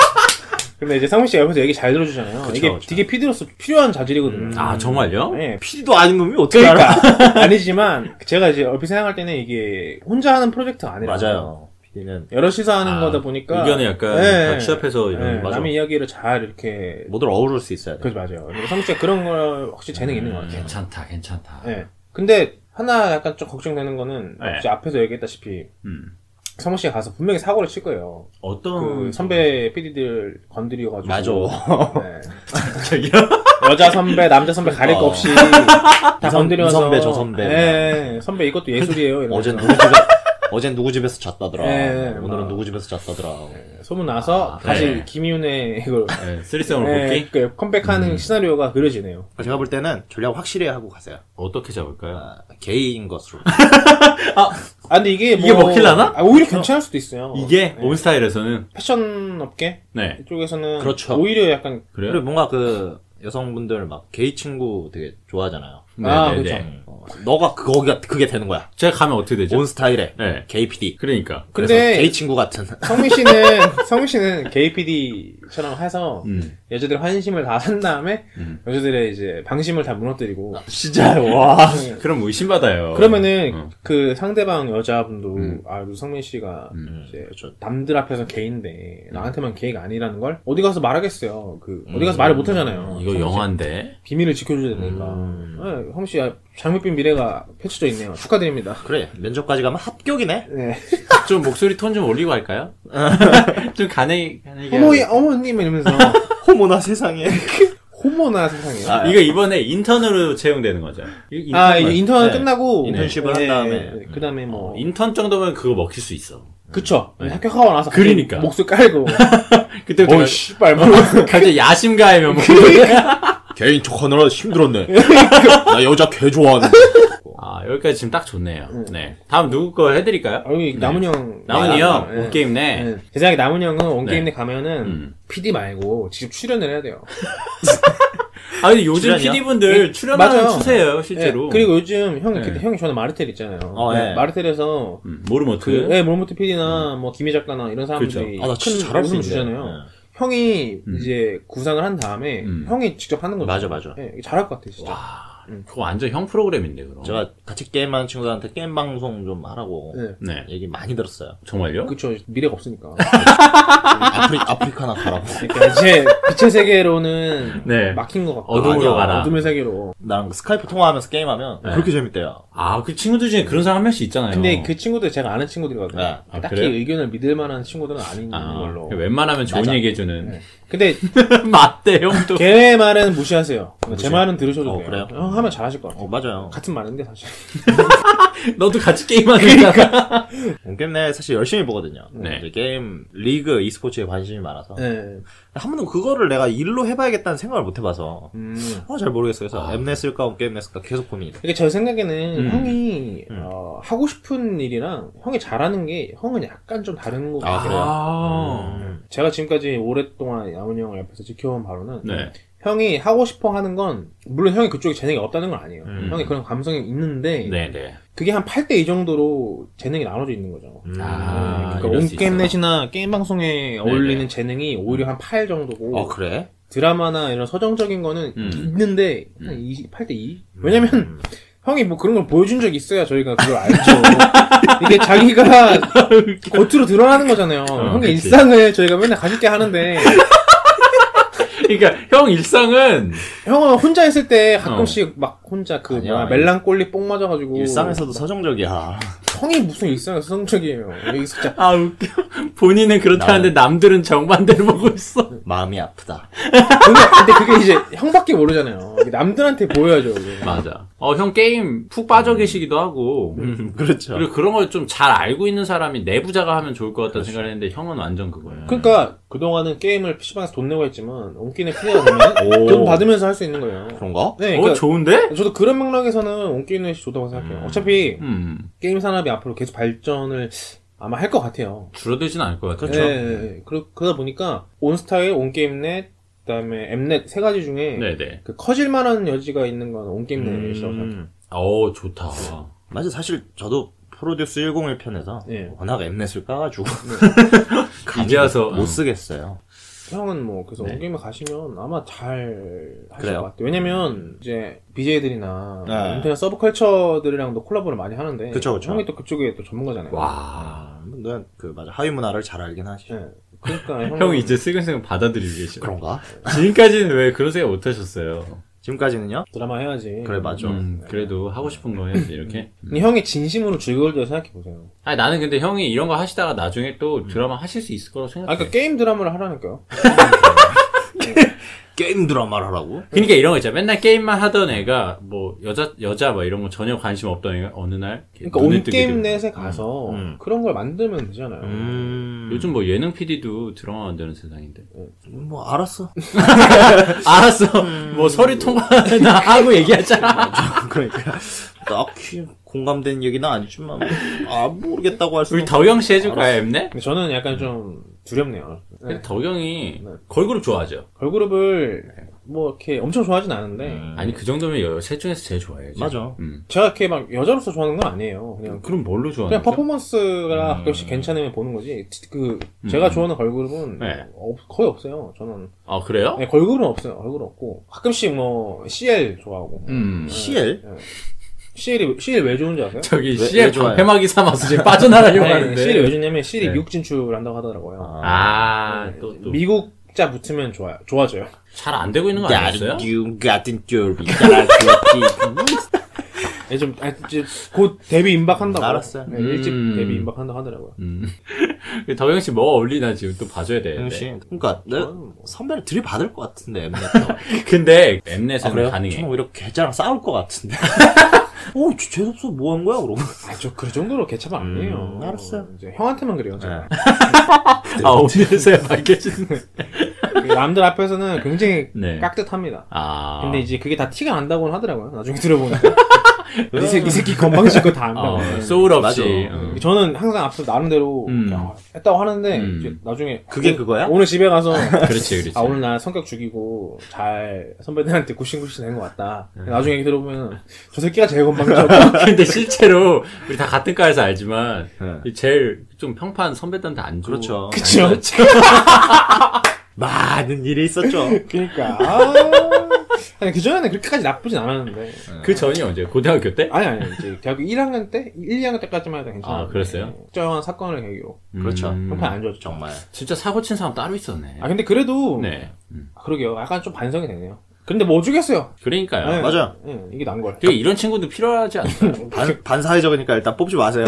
Speaker 1: 근데 이제 상훈 씨가 옆에서 얘기 잘 들어주잖아요.
Speaker 3: 그쵸,
Speaker 1: 이게
Speaker 3: 그쵸.
Speaker 1: 되게 PD로서 필요한 자질이거든요.
Speaker 2: 아, 정말요?
Speaker 1: 예.
Speaker 3: PD도 아닌 놈이 어떻게 알아?
Speaker 1: 그러니까 아니지만 제가 이제 얼핏 생각할 때는 이게 혼자 하는 프로젝트가 아니라
Speaker 3: 맞아요. PD는
Speaker 1: 여러 시사하는
Speaker 2: 아,
Speaker 1: 거다 보니까 네.
Speaker 2: 의견을 약간 다 취합해서 이런- 맞아.
Speaker 1: 남의 이야기를 잘 이렇게
Speaker 3: 모두 어우를 수 있어야 돼.
Speaker 1: 그 맞아요. 그래서 성우 씨가 그런 거 확실히 재능 이 있는
Speaker 2: 음.
Speaker 1: 것 같아요.
Speaker 2: 괜찮다, 괜찮다.
Speaker 1: 예. 근데 하나 약간 좀 걱정되는 거는
Speaker 2: 네.
Speaker 1: 이제 앞에서 얘기했다시피
Speaker 2: 음.
Speaker 1: 성우 씨가 가서 분명히 사고를 칠 거예요.
Speaker 2: 어떤 그렇죠.
Speaker 1: 그 선배 PD들 건드려가지고
Speaker 3: 맞아.
Speaker 1: 네.
Speaker 2: 갑자기
Speaker 1: 여자 선배, 남자 선배 가릴 거
Speaker 3: 어.
Speaker 1: 없이 다
Speaker 3: 이 선-
Speaker 1: 건드려서
Speaker 3: 이 선배, 저 선배.
Speaker 1: 예, 선배 이것도 예술이에요. 이런
Speaker 3: 어제
Speaker 1: 거.
Speaker 3: 누구 집에 어젠 누구 집에서 잤다더라.
Speaker 1: 예,
Speaker 3: 오늘은
Speaker 1: 막.
Speaker 3: 누구 집에서 잤다더라.
Speaker 1: 소문 나서
Speaker 3: 아,
Speaker 1: 다시
Speaker 2: 네.
Speaker 1: 김희훈의 이걸
Speaker 2: 네, 쓰리썸을
Speaker 1: 예,
Speaker 2: 볼게.
Speaker 1: 그 컴백하는 시나리오가 그려지네요.
Speaker 3: 제가 볼 때는 전략 확실히 하고 가세요.
Speaker 2: 어떻게 잡을까요?
Speaker 3: 아, 게이인 것으로.
Speaker 1: 아 근데 이게 뭐
Speaker 2: 이게 먹힐라나? 그렇죠.
Speaker 1: 아, 오히려 괜찮을 수도 있어요.
Speaker 2: 이게
Speaker 1: 네.
Speaker 2: 온스타일에서는
Speaker 1: 패션 업계
Speaker 2: 네
Speaker 1: 이쪽에서는
Speaker 3: 그렇죠.
Speaker 1: 오히려 약간
Speaker 2: 그래요?
Speaker 3: 그리고 뭔가 그 여성분들 막 게이 친구 되게 좋아하잖아요.
Speaker 2: 네,
Speaker 1: 아,
Speaker 2: 네,
Speaker 1: 그쵸.
Speaker 2: 네.
Speaker 3: 어, 너가 그거가 그게 되는 거야.
Speaker 2: 제가 가면 어떻게 되죠?
Speaker 3: 온 스타일에
Speaker 2: 네.
Speaker 3: 게이 PD.
Speaker 2: 그러니까.
Speaker 1: 근데-
Speaker 3: 그래서 게이 친구 같은.
Speaker 1: 성민 씨는 성민 씨는 KPD처럼 해서
Speaker 2: 음.
Speaker 1: 여자들의 환심을 다 산 다음에
Speaker 2: 음. 아,
Speaker 1: 여자들의 이제 방심을 다 무너뜨리고
Speaker 3: 진짜요. 와.
Speaker 1: 네.
Speaker 2: 그럼 의심받아요.
Speaker 1: 그러면은
Speaker 2: 어.
Speaker 1: 그 상대방 여자분도
Speaker 2: 음.
Speaker 1: 아 우리 성민 씨가
Speaker 2: 음.
Speaker 1: 이제
Speaker 3: 그렇죠.
Speaker 1: 남들 앞에서 게인데 나한테만 게이가 아니라는 걸 어디 가서 말하겠어요. 그 어디 가서 말을 못 하잖아요.
Speaker 2: 음.
Speaker 1: 성민
Speaker 2: 이거
Speaker 1: 씨.
Speaker 2: 영화인데.
Speaker 1: 비밀을 지켜줘야 되니까. 네, 성민 씨 장밋빛 미래가 펼쳐져 있네요. 축하드립니다.
Speaker 3: 그래 면접까지 가면 합격이네.
Speaker 1: 네.
Speaker 2: 좀 목소리 톤 좀 올리고 할까요? 좀 가내 가내게.
Speaker 1: 어머
Speaker 2: 하고.
Speaker 1: 어머님 이러면서
Speaker 3: 호모나 세상에.
Speaker 1: 호모나 세상에.
Speaker 3: 아,
Speaker 1: 아,
Speaker 2: 이거 이번에 인턴으로 채용되는 거죠. 이-
Speaker 1: 이제 인턴
Speaker 2: 네.
Speaker 1: 끝나고
Speaker 3: 인턴십을 한 다음에.
Speaker 1: 그 다음에 뭐
Speaker 2: 어, 인턴 정도면 그거 먹힐 수 있어.
Speaker 1: 그쵸
Speaker 2: 네.
Speaker 1: 합격하고 나서
Speaker 2: 그러니까.
Speaker 1: 갑자기 목소 깔고
Speaker 2: 그때부터
Speaker 1: 어 씨발 뭐
Speaker 2: 갑자기 야심가에 면목. 뭐.
Speaker 3: 개인 척하느라 힘들었네. 나 여자 개 좋아하는데.
Speaker 2: 아 여기까지 지금 딱 좋네요. 네. 다음 누구 거 해드릴까요?
Speaker 1: 아, 여기 남은 형
Speaker 2: 네. 남은이
Speaker 1: 아,
Speaker 2: 형
Speaker 1: 네.
Speaker 2: 온게임네.
Speaker 1: 네. 제작에 남은 형은 온게임에 가면은
Speaker 2: 음.
Speaker 1: PD 말고 직접 출연을 해야 돼요
Speaker 2: 아 근데 요즘
Speaker 3: 출연이요?
Speaker 2: PD분들 출연하는
Speaker 1: 예. 맞아요.
Speaker 2: 추세예요 실제로.
Speaker 1: 예, 그리고 요즘 형
Speaker 2: 네.
Speaker 1: 형이 저는 마르텔 있잖아요 네.
Speaker 3: 어, 예.
Speaker 1: 마르텔에서
Speaker 2: 음, 모르모트.
Speaker 1: 그 예, 몰모트 PD나 뭐 김희 작가나 이런 사람들이
Speaker 3: 아, 나 진짜 잘할 수
Speaker 1: 웃음을
Speaker 3: 있네.
Speaker 1: 주잖아요
Speaker 3: 네.
Speaker 1: 형이
Speaker 2: 음.
Speaker 1: 이제 구상을 한 다음에
Speaker 2: 음.
Speaker 1: 형이 직접 하는 거죠
Speaker 3: 맞아, 맞아.
Speaker 1: 예, 잘할 것 같아 진짜
Speaker 2: 와 그거 완전 형 프로그램인데 그럼.
Speaker 3: 어. 제가 같이 게임하는 친구들한테 게임 방송 좀 하라고
Speaker 1: 네.
Speaker 2: 네
Speaker 3: 얘기 많이 들었어요.
Speaker 2: 정말요?
Speaker 1: 그쵸 미래가 없으니까
Speaker 3: 아프리, 아프리카나 가라고.
Speaker 1: 그러니까 이제 빛의 세계로는
Speaker 2: 네.
Speaker 1: 막힌 것 같고
Speaker 2: 어둠으로
Speaker 1: 아니야,
Speaker 2: 가라.
Speaker 1: 어둠의 세계로
Speaker 3: 나랑 그 스카이프 통화하면서 게임하면
Speaker 2: 네.
Speaker 3: 그렇게 재밌대요.
Speaker 2: 아 그 친구들 중에 그런 사람 한 명씩 있잖아요.
Speaker 1: 근데 그 친구들 제가 아는 친구들이거든요
Speaker 3: 아,
Speaker 2: 아,
Speaker 1: 딱히
Speaker 2: 그래요?
Speaker 1: 의견을 믿을 만한 친구들은 아닌
Speaker 2: 아,
Speaker 1: 걸로
Speaker 2: 웬만하면 좋은
Speaker 3: 맞아.
Speaker 2: 얘기해주는
Speaker 1: 근데
Speaker 2: 맞대 형도
Speaker 1: 걔네 말은 무시하세요 제 말은 들으셔도
Speaker 3: 어,
Speaker 1: 돼요
Speaker 3: 그래요?
Speaker 1: 형 하면 잘하실 것 같아요
Speaker 3: 어, 맞아요.
Speaker 1: 같은 말인데 사실
Speaker 2: 너도 같이 게임하니까
Speaker 3: 게임 내 사실 열심히 보거든요.
Speaker 2: 네.
Speaker 3: 이제 게임, 리그, e스포츠에 관심이 많아서.
Speaker 1: 네.
Speaker 3: 한 번도 그거를 내가 일로 해봐야겠다는 생각을 못 해봐서.
Speaker 1: 음.
Speaker 3: 어, 잘 모르겠어요. 그래서
Speaker 2: 아.
Speaker 3: 엠넷 쓸까, 온게임넷 쓸까 계속 고민이 돼.
Speaker 1: 그러니까 제 생각에는
Speaker 2: 음.
Speaker 1: 형이
Speaker 3: 음.
Speaker 1: 어, 하고 싶은 일이랑 형이 잘하는 게 형은 약간 좀 다른 것
Speaker 3: 아,
Speaker 1: 같아요
Speaker 3: 그래요?
Speaker 2: 아.
Speaker 3: 음.
Speaker 1: 제가 지금까지 오랫동안 야훈 형을 옆에서 지켜온 바로는
Speaker 2: 네.
Speaker 1: 형이 하고 싶어 하는 건 물론 형이 그쪽에 재능이 없다는 건 아니에요.
Speaker 3: 음.
Speaker 1: 형이 그런 감성이 있는데
Speaker 2: 네, 네.
Speaker 1: 그게 한 8대 2 정도로 재능이 나눠져 있는 거죠.
Speaker 3: 음.
Speaker 2: 아,
Speaker 1: 그러니까
Speaker 2: 이럴 수
Speaker 1: 온게임넷이나 게임 방송에 어울리는
Speaker 2: 네네. 음. 아,
Speaker 1: 재능이 오히려 한 8 정도고
Speaker 3: 어, 그래?
Speaker 1: 드라마나 이런 서정적인 거는
Speaker 2: 음.
Speaker 1: 있는데 한
Speaker 2: 음.
Speaker 1: 2 8대 2? 왜냐면
Speaker 3: 음.
Speaker 1: 형이 뭐 그런 걸 보여준 적이 있어야 저희가 그걸 알죠. 이게 자기가 겉으로 드러나는 아, 거잖아요. 형의
Speaker 2: 그치.
Speaker 1: 일상을 저희가 맨날 가볍게 하는데
Speaker 2: 그러니까 형 일상은
Speaker 1: 형은 혼자 있을 때 가끔씩 막 혼자 그
Speaker 3: 아니야,
Speaker 1: 뭐야,
Speaker 3: 아니야.
Speaker 1: 멜랑꼴리 뽕 맞아가지고
Speaker 3: 음. 일상에서도 서정적이야.
Speaker 1: 형이 무슨 일상에서 성적이에요. 이게 진짜
Speaker 2: 아 웃겨. 본인은 그렇다는데 남들은 정반대를 보고
Speaker 1: 네.
Speaker 2: 있어.
Speaker 3: 마음이 아프다.
Speaker 1: 근데, 근데 그게 이제 형밖에 모르잖아요. 이게 남들한테 보여야죠. 이게.
Speaker 2: 맞아. 어 형 게임 푹 빠져 계시기도 하고.
Speaker 3: 음, 그렇죠.
Speaker 2: 그리고 그런 걸 좀 잘 알고 있는 사람이 내부자가 하면 좋을 것 같다는 생각을 했는데 형은 완전 그거예요.
Speaker 1: 그러니까 그동안은 게임을 PC방에서 돈 내고 했지만 온기네 피디가 되면
Speaker 3: 오.
Speaker 1: 돈 받으면서 할 수 있는 거예요.
Speaker 3: 그런가?
Speaker 1: 네,
Speaker 2: 어
Speaker 1: 그러니까
Speaker 2: 좋은데?
Speaker 1: 저도 그런 맥락에서는 온기네 씨 좋다고 생각해요.
Speaker 3: 음.
Speaker 1: 어차피
Speaker 2: 음
Speaker 1: 게임 산업이 앞으로 계속 발전을 아마 할 것 같아요.
Speaker 2: 줄어들진 않을 것 같아요. 네,
Speaker 3: 그렇죠.
Speaker 1: 예, 예, 예. 그러, 그러다 보니까 온스타일, 온게임넷, 그다음에 엠넷 세 가지 중에
Speaker 2: 네네.
Speaker 1: 그 커질만한 여지가 있는 건 온게임넷이라고 생각해요.
Speaker 3: 음.
Speaker 2: 어 좋다.
Speaker 3: 맞아, 사실 저도 프로듀스 101 편에서
Speaker 1: 예.
Speaker 3: 워낙 엠넷을 까가지고
Speaker 2: 네. 이제 와서
Speaker 3: 못 쓰겠어요.
Speaker 1: 형은 뭐 그래서
Speaker 2: 네.
Speaker 1: 온게임에 가시면 아마 잘 하실
Speaker 3: 그래요.
Speaker 1: 것 같아요. 왜냐면 이제 BJ들이나
Speaker 3: 네.
Speaker 1: 인터넷 서브컬처들이랑도 콜라보를 많이 하는데
Speaker 3: 그쵸, 그쵸.
Speaker 1: 형이 또 그쪽에 또 전문가잖아요.
Speaker 2: 와.
Speaker 3: 넌 그 맞아 하위 문화를 잘 알긴 하시죠.
Speaker 2: 네.
Speaker 1: 예. 그러니까 형은
Speaker 2: 형 이제 슬금슬금 받아들이고 계셔.
Speaker 3: 그런가?
Speaker 2: 지금까지는 왜 그런 생각 못 하셨어요?
Speaker 3: 지금까지는요?
Speaker 1: 드라마 해야지.
Speaker 3: 그래 맞아.
Speaker 1: 네.
Speaker 2: 음, 그래도 하고 싶은 거 해야지 이렇게.
Speaker 1: 근데 형이 진심으로 즐거울 줄 생각해 보세요.
Speaker 2: 아니 나는 근데 형이 이런 거 하시다가
Speaker 3: 네.
Speaker 2: 나중에 또 드라마 하실 수 있을
Speaker 1: 음.
Speaker 2: 거라고
Speaker 1: 아
Speaker 2: 생각해.
Speaker 1: 그러니까 게임 드라마를 하라니까요.
Speaker 3: 게임 드라마를 하라고?
Speaker 2: 그러니까 이런 거 있잖아. 맨날 게임만 하던 애가 뭐 여자 여자 막 이런 거 전혀 관심 없던 애가 어느 날 이렇게
Speaker 1: 그러니까
Speaker 2: 눈에
Speaker 1: 온
Speaker 2: 뜨게 되고.
Speaker 1: 게임 넷에 가서
Speaker 3: 음.
Speaker 1: 그런 걸 만들면 되잖아요.
Speaker 3: 음.
Speaker 2: 요즘 뭐 예능 PD도 드라마 만드는 세상인데.
Speaker 1: 음.
Speaker 3: 뭐 알았어.
Speaker 2: 알았어. 뭐 서류 통과나 하고 얘기하자.
Speaker 3: 그러니까 딱히 공감되는 얘기는 아니지만 아 모르겠다고 할 수는
Speaker 2: 우리 덕영 씨 해줄까요,
Speaker 3: 알았어.
Speaker 2: 엠넷?
Speaker 1: 근데 저는 약간 좀 두렵네요. 네.
Speaker 2: 근데 덕영이
Speaker 1: 네.
Speaker 2: 걸그룹 좋아하죠.
Speaker 1: 걸그룹을 뭐 이렇게 엄청 좋아하진 않은데
Speaker 3: 음.
Speaker 2: 아니 그 정도면 여셋 중에서 제일 좋아해야지.
Speaker 3: 맞아.
Speaker 2: 음.
Speaker 1: 제가 이렇게 막 여자로서 좋아하는 건 아니에요. 그냥
Speaker 2: 그럼 뭘로 좋아하는
Speaker 1: 그냥
Speaker 2: 거죠? 음.
Speaker 1: 퍼포먼스가 가끔씩 괜찮으면 보는 거지. 그 제가 좋아하는 걸그룹은
Speaker 2: 네.
Speaker 1: 없- 거의 없어요. 저는
Speaker 2: 아 그래요?
Speaker 1: 네, 걸그룹은 없어요. 걸그룹 없고 가끔씩 뭐 CL 좋아하고
Speaker 2: 음.
Speaker 3: CL?
Speaker 1: CL이 CL 왜 좋은지 아세요?
Speaker 2: 저기
Speaker 3: 왜-
Speaker 2: CF
Speaker 3: 왜 좋아요?
Speaker 2: 해마기 삼아서 지금 빠져나가려고
Speaker 1: 아니,
Speaker 2: 하는데.
Speaker 1: CL이 왜 좋냐면 CL이
Speaker 2: 네.
Speaker 1: 미국 진출한다고
Speaker 2: 아.
Speaker 1: 하더라고요.
Speaker 3: 아,
Speaker 2: 아또 또 잘 안
Speaker 1: 미국자 붙으면 좋아 좋아져요.
Speaker 2: 되고 있는 거 네, 아니었어요? 네,
Speaker 3: 나리움 같은 쫄비 나리움
Speaker 1: 예, 좀, 아, 이제 곧 데뷔 임박한다고.
Speaker 3: 알았어요.
Speaker 1: 네, 일찍
Speaker 2: 음.
Speaker 1: 데뷔 임박한다고 하더라고요.
Speaker 2: 음. 덕영 씨 뭐가 어울리나 지금 또 봐줘야 돼.
Speaker 3: 역시 그러니까 내
Speaker 1: 어,
Speaker 2: 어.
Speaker 1: 뭐,
Speaker 3: 선배를 들이받을 것 같은데 엠넷
Speaker 2: 네. 근데
Speaker 1: 아,
Speaker 2: 엠넷은
Speaker 3: 아, 그래요?
Speaker 2: 가능해.
Speaker 3: 저는 오히려 걔자랑 싸울 것 같은데 어 재수없어 뭐 한 거야 그러고
Speaker 1: 아, 저, 그 정도로 개차가 안 돼요.
Speaker 3: 음, 알았어요.
Speaker 1: 이제 형한테만 그래요, 제가.
Speaker 2: 아 오면서야 밝혀지는.
Speaker 1: 그 남들 앞에서는 굉장히
Speaker 2: 네.
Speaker 1: 깍듯합니다.
Speaker 2: 아.
Speaker 1: 근데 이제 그게 다 티가 난다고는 하더라고요. 나중에 들어보니까. 이 새끼, 이 새끼 건방진 거 다 안다고.
Speaker 2: 어, 소울 없이.
Speaker 3: 맞아.
Speaker 2: 어.
Speaker 1: 저는 항상 앞서 나름대로
Speaker 2: 음.
Speaker 1: 야, 했다고 하는데,
Speaker 2: 음.
Speaker 1: 이제 나중에.
Speaker 3: 그게
Speaker 1: 오늘-
Speaker 3: 그거야?
Speaker 1: 오늘 집에 가서.
Speaker 2: 그렇지, 그렇지.
Speaker 1: 아, 오늘 나 성격 죽이고, 잘, 선배들한테 굿신굿신 된것 같다. 나중에 얘기 들어보면, 저 새끼가 제일 건방져.
Speaker 2: 아, 근데 실제로 우리 다 같은 과에서 알지만
Speaker 3: 네.
Speaker 2: 제일 좀 평판 선배들한테 안 주고.
Speaker 3: 그렇죠.
Speaker 1: 그쵸.
Speaker 3: 많은 일이 있었죠
Speaker 1: 그니까. 그러니까. 아... 아니, 그전에는 그렇게까지 나쁘진 않았는데.
Speaker 2: 그 전이 언제? 고등학교 때?
Speaker 1: 아니, 아니, 이제 대학교 1학년 때? 1, 2학년 때까지만 해도 괜찮았어요.
Speaker 2: 아, 그랬어요?
Speaker 1: 특정한 사건을 계기로.
Speaker 3: 그렇죠.
Speaker 2: 음.
Speaker 1: 평판 안 좋았죠.
Speaker 3: 정말
Speaker 2: 진짜 사고 친 사람 따로 있었네.
Speaker 1: 아, 근데 그래도.
Speaker 2: 네. 음.
Speaker 1: 아, 그러게요. 약간 좀 반성이 되네요. 근데 뭐 어쩌겠어요.
Speaker 2: 그러니까요.
Speaker 1: 네.
Speaker 3: 맞아.
Speaker 1: 응, 이게 난 걸.
Speaker 2: 되게 이런 친구도 필요하지 않나요?
Speaker 3: 반, 반사회적이니까 일단 뽑지 마세요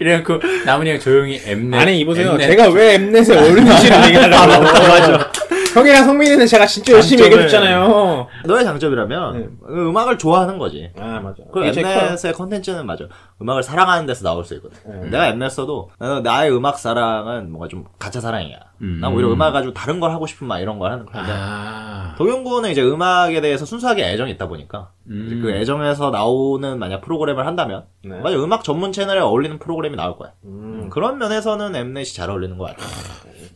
Speaker 2: 이래갖고 남은이 형 조용히 엠넷.
Speaker 1: 아니, 이보세요.
Speaker 2: 네. 엠넷.
Speaker 1: 제가 왜 엠넷에 올리는지를 얘기하려고. 맞아. 형이랑 성민이는 제가 진짜 열심히
Speaker 3: 단점을-
Speaker 1: 얘기해줬잖아요.
Speaker 3: 너의 장점이라면 그
Speaker 1: 네.
Speaker 3: 음악을 좋아하는 거지
Speaker 1: 아, 맞아.
Speaker 3: 그
Speaker 1: 이게 제 커요.
Speaker 3: 엠넷의 컨텐츠는 맞아. 음악을 사랑하는 데서 나올 수 있거든.
Speaker 1: 음.
Speaker 3: 내가 엠넷 써도 어, 나의 음악 사랑은 뭔가 좀 가짜 사랑이야.
Speaker 2: 음.
Speaker 3: 난 오히려 음악 가지고 다른 걸 하고 싶은 막 이런 걸 하는 건데.
Speaker 2: 아.
Speaker 3: 도경구는 이제 음악에 대해서 순수하게 애정이 있다 보니까 이제
Speaker 2: 음.
Speaker 3: 그 애정에서 나오는 만약 프로그램을 한다면
Speaker 1: 네.
Speaker 3: 맞아 음악 전문 채널에 어울리는 프로그램이 나올 거야.
Speaker 1: 음,
Speaker 3: 그런 면에서는 엠넷이 잘 어울리는 것 같아.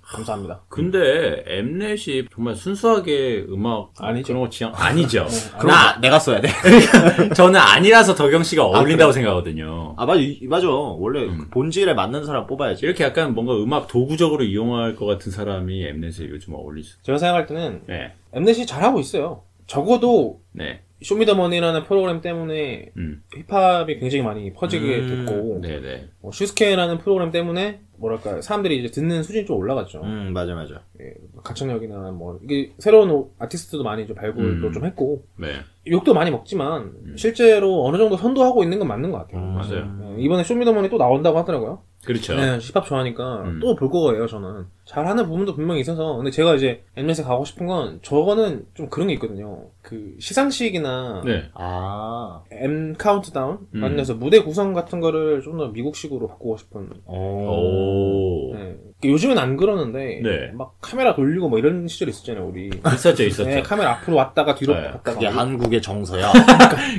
Speaker 1: 감사합니다.
Speaker 2: 근데 엠넷이 정말 순수하게 음악
Speaker 1: 아니죠.
Speaker 2: 그런 거 지향 아니죠.
Speaker 3: 그럼 나 내가 써야 돼.
Speaker 2: 저는 아니라서 덕영 씨가 어울린다고 생각하거든요.
Speaker 3: 아 맞아 이- 맞아 원래 그 본질에 맞는 사람 뽑아야지.
Speaker 2: 이렇게 약간 뭔가 음악 도구적으로 이용할 것 같은 사람이 엠넷에 요즘 어울릴 수.
Speaker 1: 제가 생각할 때는
Speaker 2: 네,
Speaker 1: 엠넷이 잘하고 있어요. 적어도
Speaker 2: 네,
Speaker 1: 쇼미더머니라는 프로그램 때문에
Speaker 2: 음,
Speaker 1: 힙합이 굉장히 많이 퍼지게
Speaker 3: 음,
Speaker 1: 됐고
Speaker 2: 네, 네.
Speaker 1: 어, 슈스케라는 프로그램 때문에 뭐랄까 사람들이 이제 듣는 수준이 좀 올라갔죠.
Speaker 3: 음 맞아 맞아.
Speaker 1: 가창력이나 뭐 이게 새로운 오- 아티스트도 많이 좀 발굴도
Speaker 2: 음.
Speaker 1: 좀 했고
Speaker 2: 네.
Speaker 1: 욕도 많이 먹지만 실제로 어느 정도 선도하고 있는 건 맞는 것 같아요.
Speaker 3: 음.
Speaker 2: 맞아요.
Speaker 1: 네, 이번에 쇼미더머니 또 나온다고 하더라고요.
Speaker 2: 그렇죠.
Speaker 1: 네, 힙합 좋아하니까
Speaker 2: 음.
Speaker 1: 또 볼 거예요, 저는. 잘하는 부분도 분명히 있어서. 근데 제가 이제 엠넷에 가고 싶은 건 저거는 좀 그런 게 있거든요. 그 시상식이나
Speaker 2: 네.
Speaker 3: 아
Speaker 1: M 카운트다운
Speaker 2: 음.
Speaker 1: 같은 데서 무대 구성 같은 거를 좀 더 미국식으로 바꾸고 싶은
Speaker 2: 오.
Speaker 1: 네. 요즘은 안 그러는데
Speaker 2: 네.
Speaker 1: 막 카메라 돌리고 뭐 이런 시절 있었잖아요 우리
Speaker 2: 있었죠, 있었죠.
Speaker 1: 네, 카메라 앞으로 왔다가 뒤로
Speaker 2: 네.
Speaker 1: 갔다가
Speaker 3: 그게 한국의 정서야.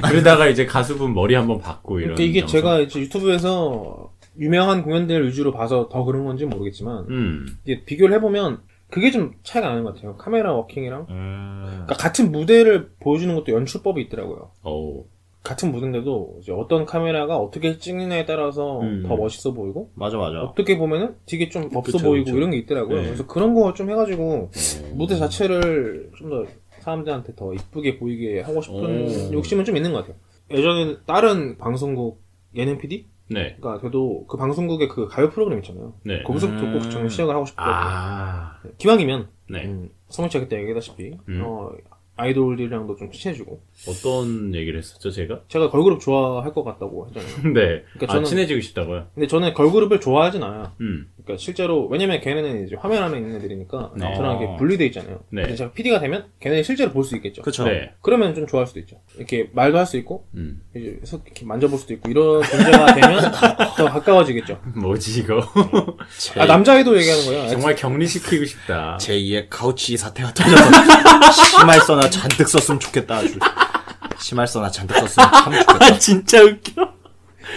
Speaker 2: 그러다가 이제 가수분 머리 한번 받고 이런.
Speaker 1: 그러니까 이게
Speaker 2: 정성.
Speaker 1: 제가 이제 유튜브에서 유명한 공연들 위주로 봐서 더 그런 건지 모르겠지만
Speaker 2: 음,
Speaker 1: 이게 비교를 해보면 그게 좀 차이가 나는 것 같아요 카메라 워킹이랑
Speaker 3: 음.
Speaker 1: 그러니까 같은 무대를 보여주는 것도 연출법이 있더라고요
Speaker 2: 오,
Speaker 1: 같은 무대인데도 이제 어떤 카메라가 어떻게 찍느냐에 따라서
Speaker 2: 음.
Speaker 1: 더 멋있어 보이고
Speaker 3: 맞아 맞아.
Speaker 1: 어떻게 보면은 되게 좀 없어
Speaker 2: 그쵸,
Speaker 1: 보이고
Speaker 2: 그쵸.
Speaker 1: 이런 게 있더라고요.
Speaker 2: 네.
Speaker 1: 그래서 그런 거 좀 해가지고 무대 자체를 좀 더 사람들한테 더 이쁘게 보이게 하고 싶은
Speaker 2: 오.
Speaker 1: 욕심은 좀 있는 것 같아요. 예전에 다른 방송국 예능 PD가
Speaker 2: 네,
Speaker 1: 돼도 그 방송국의 그 가요 프로그램 있잖아요.
Speaker 2: 네.
Speaker 1: 거기서부터
Speaker 3: 음.
Speaker 1: 꼭 저는 시작을 하고 싶거든요.
Speaker 2: 아,
Speaker 1: 기왕이면
Speaker 2: 네.
Speaker 1: 음, 성민 씨가 그때 얘기했다시피
Speaker 2: 음.
Speaker 1: 어, 아이돌들이랑도 좀 친해지고
Speaker 2: 어떤 얘기를 했었죠, 제가?
Speaker 1: 제가 걸그룹 좋아할 것 같다고 했잖아요.
Speaker 2: 네.
Speaker 1: 그러니까
Speaker 2: 아,
Speaker 1: 저는-
Speaker 2: 친해지고 싶다고요?
Speaker 1: 근데 저는 걸그룹을 좋아하진 않아요.
Speaker 2: 음.
Speaker 1: 그러니까 실제로 왜냐면 걔네는 이제 화면 안에 있는 애들이니까
Speaker 2: 네.
Speaker 1: 저랑 이렇게 분리돼 있잖아요.
Speaker 2: 네.
Speaker 1: 근데 제가 PD가 되면 걔네는 실제로 볼 수 있겠죠.
Speaker 3: 그쵸.
Speaker 2: 네.
Speaker 1: 그러면 좀 좋아할 수도 있죠. 이렇게 말도 할 수 있고
Speaker 2: 음.
Speaker 1: 이제 서- 이렇게 만져볼 수도 있고 이런 존재가 되면 더 가까워지겠죠.
Speaker 2: 뭐지, 이거?
Speaker 1: 아 남자 아이돌 얘기하는 거예요.
Speaker 2: 정말 격리시키고 싶다.
Speaker 3: 아. 제2의 카우치 사태가 터져서 심할서나 잔뜩 썼으면 좋겠다 아주 심할서나 잔뜩 썼으면 참 좋겠다
Speaker 2: 아, 진짜 웃겨.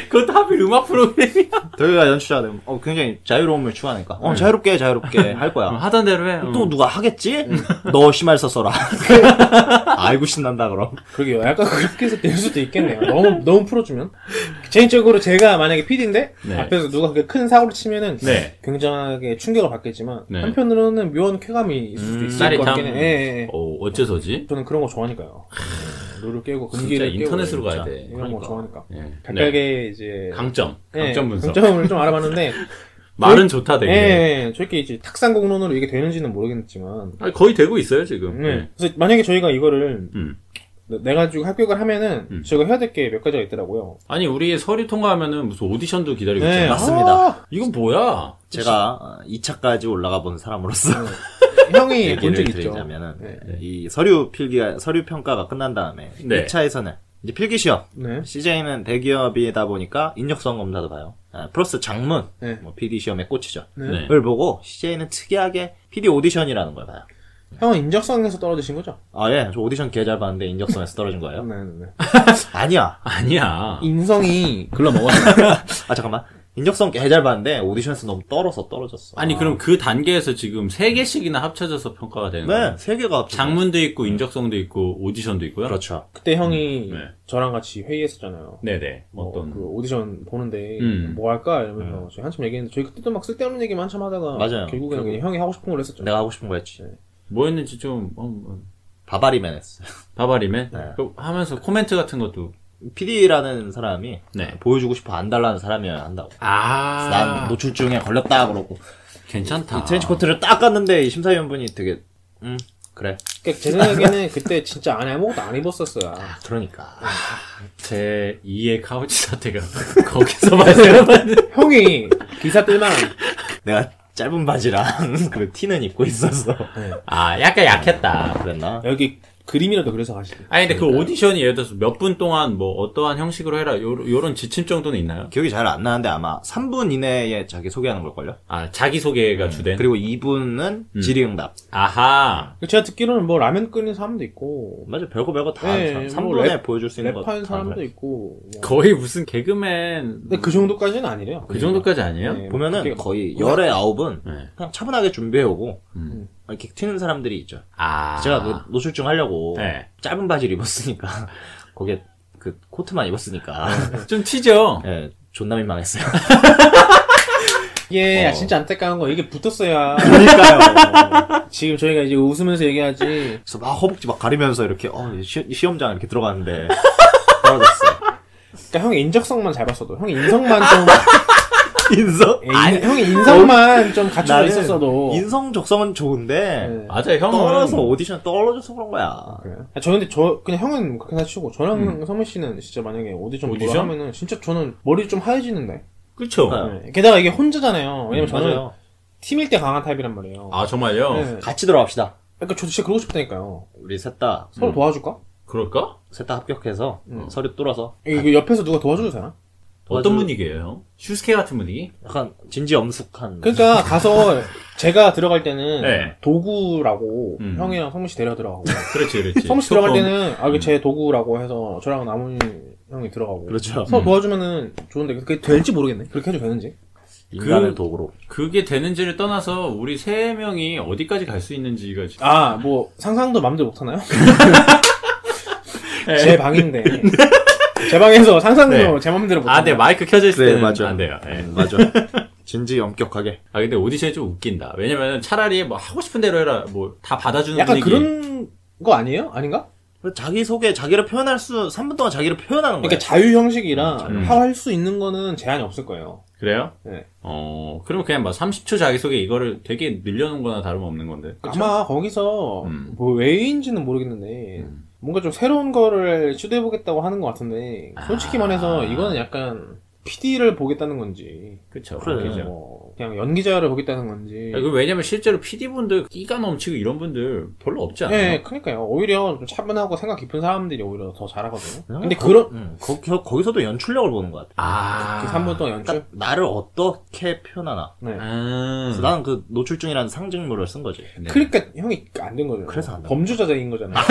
Speaker 2: 그것도 하필 음악 프로그램이야.
Speaker 3: 더위가 연출자 되면 어, 굉장히 자유로움을 추구하니까
Speaker 1: 네.
Speaker 3: 어 자유롭게 자유롭게
Speaker 1: 음.
Speaker 3: 할
Speaker 2: 어,
Speaker 3: 거야
Speaker 2: 하던 대로 해. 어.
Speaker 3: 또 누가 하겠지? 너 심할서 써라 아이고 신난다 그럼
Speaker 1: 그러게요. 약간 그렇게 해서 될 수도 있겠네요. 너무, 너무 풀어주면. 개인적으로 제가 만약에 PD인데,
Speaker 2: 네.
Speaker 1: 앞에서 누가 그렇게 큰 사고를 치면은,
Speaker 2: 네.
Speaker 1: 굉장하게 충격을 받겠지만,
Speaker 2: 네.
Speaker 1: 한편으로는 묘한 쾌감이 있을 수도
Speaker 2: 음,
Speaker 1: 있을 것
Speaker 2: 짜릿함.
Speaker 1: 같긴 해. 예, 예.
Speaker 2: 어, 어째서지?
Speaker 1: 저는 그런 거 좋아하니까요. 예, 룰을 깨고,
Speaker 2: 진짜
Speaker 1: 금기를 깨고.
Speaker 2: 인터넷으로
Speaker 1: 진짜
Speaker 2: 가야 돼.
Speaker 1: 이런 거
Speaker 2: 그러니까.
Speaker 1: 좋아하니까.
Speaker 2: 예.
Speaker 1: 각각의
Speaker 2: 네.
Speaker 1: 이제.
Speaker 2: 강점.
Speaker 1: 예,
Speaker 2: 네. 강점 네. 분석.
Speaker 1: 강점을 좀 알아봤는데,
Speaker 2: 말은 좋다,
Speaker 1: 예,
Speaker 2: 되게.
Speaker 1: 예, 예. 저렇게 이제 탁상공론으로 이게 되는지는 모르겠지만,
Speaker 2: 아니, 거의 되고 있어요, 지금.
Speaker 1: 네.
Speaker 2: 예.
Speaker 1: 그래서 만약에 저희가 이거를
Speaker 2: 음.
Speaker 1: 내가 지고 합격을 하면은
Speaker 2: 음.
Speaker 1: 저희가 해야 될 게 몇 가지가 있더라고요.
Speaker 2: 아니, 우리 서류 통과하면은 무슨 오디션도 기다리고
Speaker 1: 네,
Speaker 2: 있잖아.
Speaker 3: 맞습니다.
Speaker 1: 아,
Speaker 2: 이건 뭐야?
Speaker 3: 제가 2차까지 올라가 본 사람으로서
Speaker 1: 형이 음. 본
Speaker 3: 얘기를
Speaker 1: 적 있죠.
Speaker 3: 드리자면은
Speaker 1: 네.
Speaker 3: 이 서류 필기가 서류 평가가 끝난 다음에
Speaker 2: 네.
Speaker 3: 2차에서는 이제 필기 시험
Speaker 1: 네.
Speaker 3: CJ는 대기업이다 보니까 인력성 검사도 봐요. 아, 플러스 장문,
Speaker 1: 네.
Speaker 3: 뭐 PD 시험의 꽃이죠.
Speaker 1: 네.
Speaker 2: 네.
Speaker 3: 을 보고 CJ는 특이하게 PD 오디션이라는 걸 봐요.
Speaker 1: 형은 인적성에서 떨어지신 거죠?
Speaker 3: 아 예, 저 오디션 개잘 봤는데 인력성에서 떨어진 거예요.
Speaker 1: 네, 네, 네.
Speaker 3: 아니야.
Speaker 2: 아니야.
Speaker 1: 인성이 글러 먹었네.
Speaker 3: 아 잠깐만. 인력성 개잘 봤는데 오디션에서 너무 떨어서 떨어졌어.
Speaker 2: 아니, 그럼 그 단계에서 지금 세개씩이나 합쳐져서 평가가 되는 거야?
Speaker 3: 네, 세 개가
Speaker 2: 장문도 있고, 인적성도 있고, 오디션도 있고요?
Speaker 3: 그렇죠.
Speaker 1: 그때 형이
Speaker 2: 음, 네.
Speaker 1: 저랑 같이 회의했었잖아요.
Speaker 2: 네네.
Speaker 1: 뭐
Speaker 2: 어떤.
Speaker 1: 그 오디션 보는데
Speaker 2: 음.
Speaker 1: 뭐 할까 이러면서 저희 한참 얘기했는데 저희 그때도 막 쓸데없는 얘기만 한참 하다가
Speaker 3: 네. 맞아요.
Speaker 1: 결국에는
Speaker 3: 결국- 네.
Speaker 1: 그냥 형이 하고 싶은 걸 했었죠.
Speaker 3: 내가 하고 싶은 거 했지.
Speaker 2: 뭐였는지 좀, 어, 어,
Speaker 3: 바바리맨 했어.
Speaker 2: 바바리맨?
Speaker 3: 네.
Speaker 2: 그 하면서 코멘트 같은 것도.
Speaker 3: PD라는 사람이
Speaker 2: 네.
Speaker 3: 보여주고 싶어 안 달라는 사람이어야 한다고.
Speaker 2: 아.
Speaker 3: 난 노출증에 걸렸다 그러고
Speaker 2: 괜찮다.
Speaker 3: 이 트렌치 코트를 딱 갔는데 이 심사위원분이 되게 음 그래
Speaker 1: 그러니까 제 생각에는 그때 진짜 안에 아무것도 안 입었었어요.
Speaker 3: 그러니까
Speaker 2: 제 2의 카우치 사태가 거기서 발생한
Speaker 1: 형이 기사 뜰만
Speaker 3: 내가 짧은 바지랑 그 티는 입고 있었어
Speaker 2: 아 약간
Speaker 3: 아
Speaker 2: 약했다
Speaker 3: 그랬나
Speaker 1: 여기 그림이라도 그려서 그러니까 가시죠.
Speaker 2: 아니 근데 그 오디션이 예를 들어서 몇 분 동안 뭐 어떠한 형식으로 해라 요, 요런 지침 정도는 있나요?
Speaker 3: 기억이 잘 안 나는데 아마 3분 이내에 자기 소개하는 걸걸요
Speaker 2: 아 자기소개가 주된
Speaker 3: 그리고 2분은
Speaker 2: 음.
Speaker 3: 질의응답
Speaker 2: 아하
Speaker 1: 제가 듣기로는 뭐 라면 끓이는 사람도 있고
Speaker 3: 맞아 별거 별거 다
Speaker 1: 네,
Speaker 3: 참,
Speaker 1: 뭐
Speaker 3: 3분에
Speaker 1: 랩-
Speaker 3: 보여줄 수 있는 거다
Speaker 1: 랩하는 사람도 있고 뭐.
Speaker 2: 거의 무슨 개그맨
Speaker 1: 근데 그 정도까지는 아니래요.
Speaker 2: 그 정도까지 아니에요?
Speaker 1: 네,
Speaker 3: 보면은
Speaker 1: 그게-
Speaker 3: 거의 열의 아홉은
Speaker 2: 네.
Speaker 3: 그냥 차분하게 준비해오고
Speaker 2: 음.
Speaker 3: 이렇게 튀는 사람들이 있죠
Speaker 2: 아
Speaker 3: 제가 그 노출증 하려고
Speaker 2: 네.
Speaker 3: 짧은 바지를 입었으니까 거기에 그 코트만 입었으니까
Speaker 1: 네.
Speaker 2: 좀 튀죠?
Speaker 3: 예 존나 민망했어요
Speaker 1: 이게
Speaker 3: 어.
Speaker 1: 진짜 안타까운 거 이게 붙었어야
Speaker 3: 그러니까요
Speaker 1: 지금 저희가 이제 웃으면서 얘기하지 그러니까
Speaker 3: 그래서 막 허벅지 막 가리면서 이렇게 어 시, 시험장 이렇게 들어갔는데 떨어졌어요
Speaker 1: 그러니까 형의 인적성만 잘 봤어도 형의 인성만 좀
Speaker 3: 인성?
Speaker 1: 예, 인- 형의 인성만 좀 갖춰져
Speaker 3: 나는
Speaker 1: 있었어도
Speaker 3: 인성 적성은 좋은데
Speaker 1: 네.
Speaker 2: 맞아 형은
Speaker 3: 떨어서 오디션 떨어져서 그런 거야
Speaker 1: 그래요? 음. 아, 저 근데 저 그냥 형은 그렇게 사치고 저랑 성민 씨는 진짜 만약에 오디션 보러
Speaker 2: 오디션? 아.
Speaker 1: 하면은 진짜 저는 머리 좀 하얘지는데
Speaker 2: 그쵸?
Speaker 3: 네.
Speaker 1: 네. 게다가 이게 혼자잖아요 왜냐면 저는
Speaker 3: 음, 맞아요
Speaker 1: 팀일 때 강한 타입이란 말이에요
Speaker 2: 아 정말요?
Speaker 1: 네.
Speaker 3: 같이 들어갑시다
Speaker 1: 그러니까 저 진짜 그러고 싶다니까요
Speaker 3: 우리 셋 다 셋 다
Speaker 1: 서로 도와줄까?
Speaker 2: 그럴까?
Speaker 3: 합격해서
Speaker 1: 음.
Speaker 3: 서류 뚫어서
Speaker 1: 이거 옆에서 누가 도와줘도 되나?
Speaker 2: 어떤
Speaker 3: 도와주-
Speaker 2: 분위기예요 형? 슈스케 같은 분위기?
Speaker 3: 약간 진지 엄숙한
Speaker 1: 그러니까 가서 제가 들어갈 때는
Speaker 2: 네.
Speaker 1: 도구라고
Speaker 2: 음.
Speaker 1: 형이랑 성민 씨 데려 들어가고
Speaker 2: 그렇지 그렇지
Speaker 1: 성민 씨 들어갈
Speaker 2: 소품.
Speaker 1: 때는 아 이게 제 도구라고 해서 저랑 남은 형이 들어가고
Speaker 3: 그렇죠
Speaker 1: 서로 도와주면은 좋은데 그게 될지 모르겠네 그렇게 해도 되는지
Speaker 3: 인간의
Speaker 2: 그-
Speaker 3: 도구로
Speaker 2: 그게 되는지를 떠나서 우리 세 명이 어디까지 갈 수 있는지가 지금
Speaker 1: 아 뭐 상상도 마음대로 못하나요? 제 방인데 제 방에서 상상도
Speaker 2: 네.
Speaker 1: 제 마음대로
Speaker 2: 아, 네,
Speaker 1: 못하나요?
Speaker 2: 마이크 켜져 있을
Speaker 3: 그래,
Speaker 2: 때는
Speaker 3: 맞아.
Speaker 2: 안 돼요. 예.
Speaker 3: 맞아 진지 엄격하게
Speaker 2: 아, 근데 오디션이 좀 웃긴다. 왜냐면 차라리 뭐 하고 싶은 대로 해라, 뭐 다 받아주는
Speaker 1: 약간
Speaker 2: 분위기.
Speaker 1: 그런 거 아니에요? 아닌가?
Speaker 3: 그래서 자기 소개, 자기를 표현할 수, 3분 동안 자기를 표현하는 거야.
Speaker 1: 그러니까 자유 형식이라
Speaker 2: 네. 음.
Speaker 1: 할 수 있는 거는 제한이 없을 거예요
Speaker 2: 그래요?
Speaker 1: 네.
Speaker 2: 어, 그럼 그냥 막 30초 자기소개 이거를 되게 늘려놓은 거나 다름없는 건데.
Speaker 1: 아마 거기서
Speaker 2: 음.
Speaker 1: 뭐 왜인지는 모르겠는데 뭔가 좀 새로운 거를 시도해보겠다고 하는 것 같은데 솔직히
Speaker 2: 아.
Speaker 1: 말해서 이거는 약간 PD를 보겠다는 건지
Speaker 2: 그쵸.
Speaker 3: 그래.
Speaker 2: 그죠.
Speaker 1: 뭐 그냥 연기자를 보겠다는 건지
Speaker 2: 그 왜냐면 실제로 PD분들 끼가 넘치고 이런 분들 별로 없지 않아요?
Speaker 1: 예, 그러니까요. 오히려 좀 차분하고 생각 깊은 사람들이 오히려 더 잘하거든요.
Speaker 3: 음,
Speaker 1: 근데
Speaker 3: 거-
Speaker 1: 그런
Speaker 3: 음, 거, 거, 거기서도 연출력을 보는 것 같아.
Speaker 2: 아.
Speaker 1: 그 3분 동안 연출?
Speaker 3: 딱 나를 어떻게 표현하나.
Speaker 1: 네.
Speaker 2: 아.
Speaker 3: 그래서 나는 그 노출증이라는 상징물을 쓴 거지.
Speaker 2: 네.
Speaker 1: 그러니까 형이 안 된 거죠.
Speaker 3: 그래서 안 된
Speaker 1: 범죄자인 거잖아요.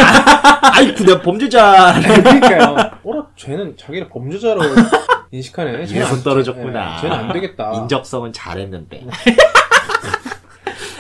Speaker 3: 아이, 그 내가 범죄자.
Speaker 1: 그러니까요. 어라, 쟤는 자기를 범죄자로 인식하네. 쟤는
Speaker 3: 이래서
Speaker 1: 안-
Speaker 3: 떨어졌구나.
Speaker 1: 예, 쟤는 안
Speaker 3: 아.
Speaker 1: 되겠다.
Speaker 3: 인적성은 잘했는데.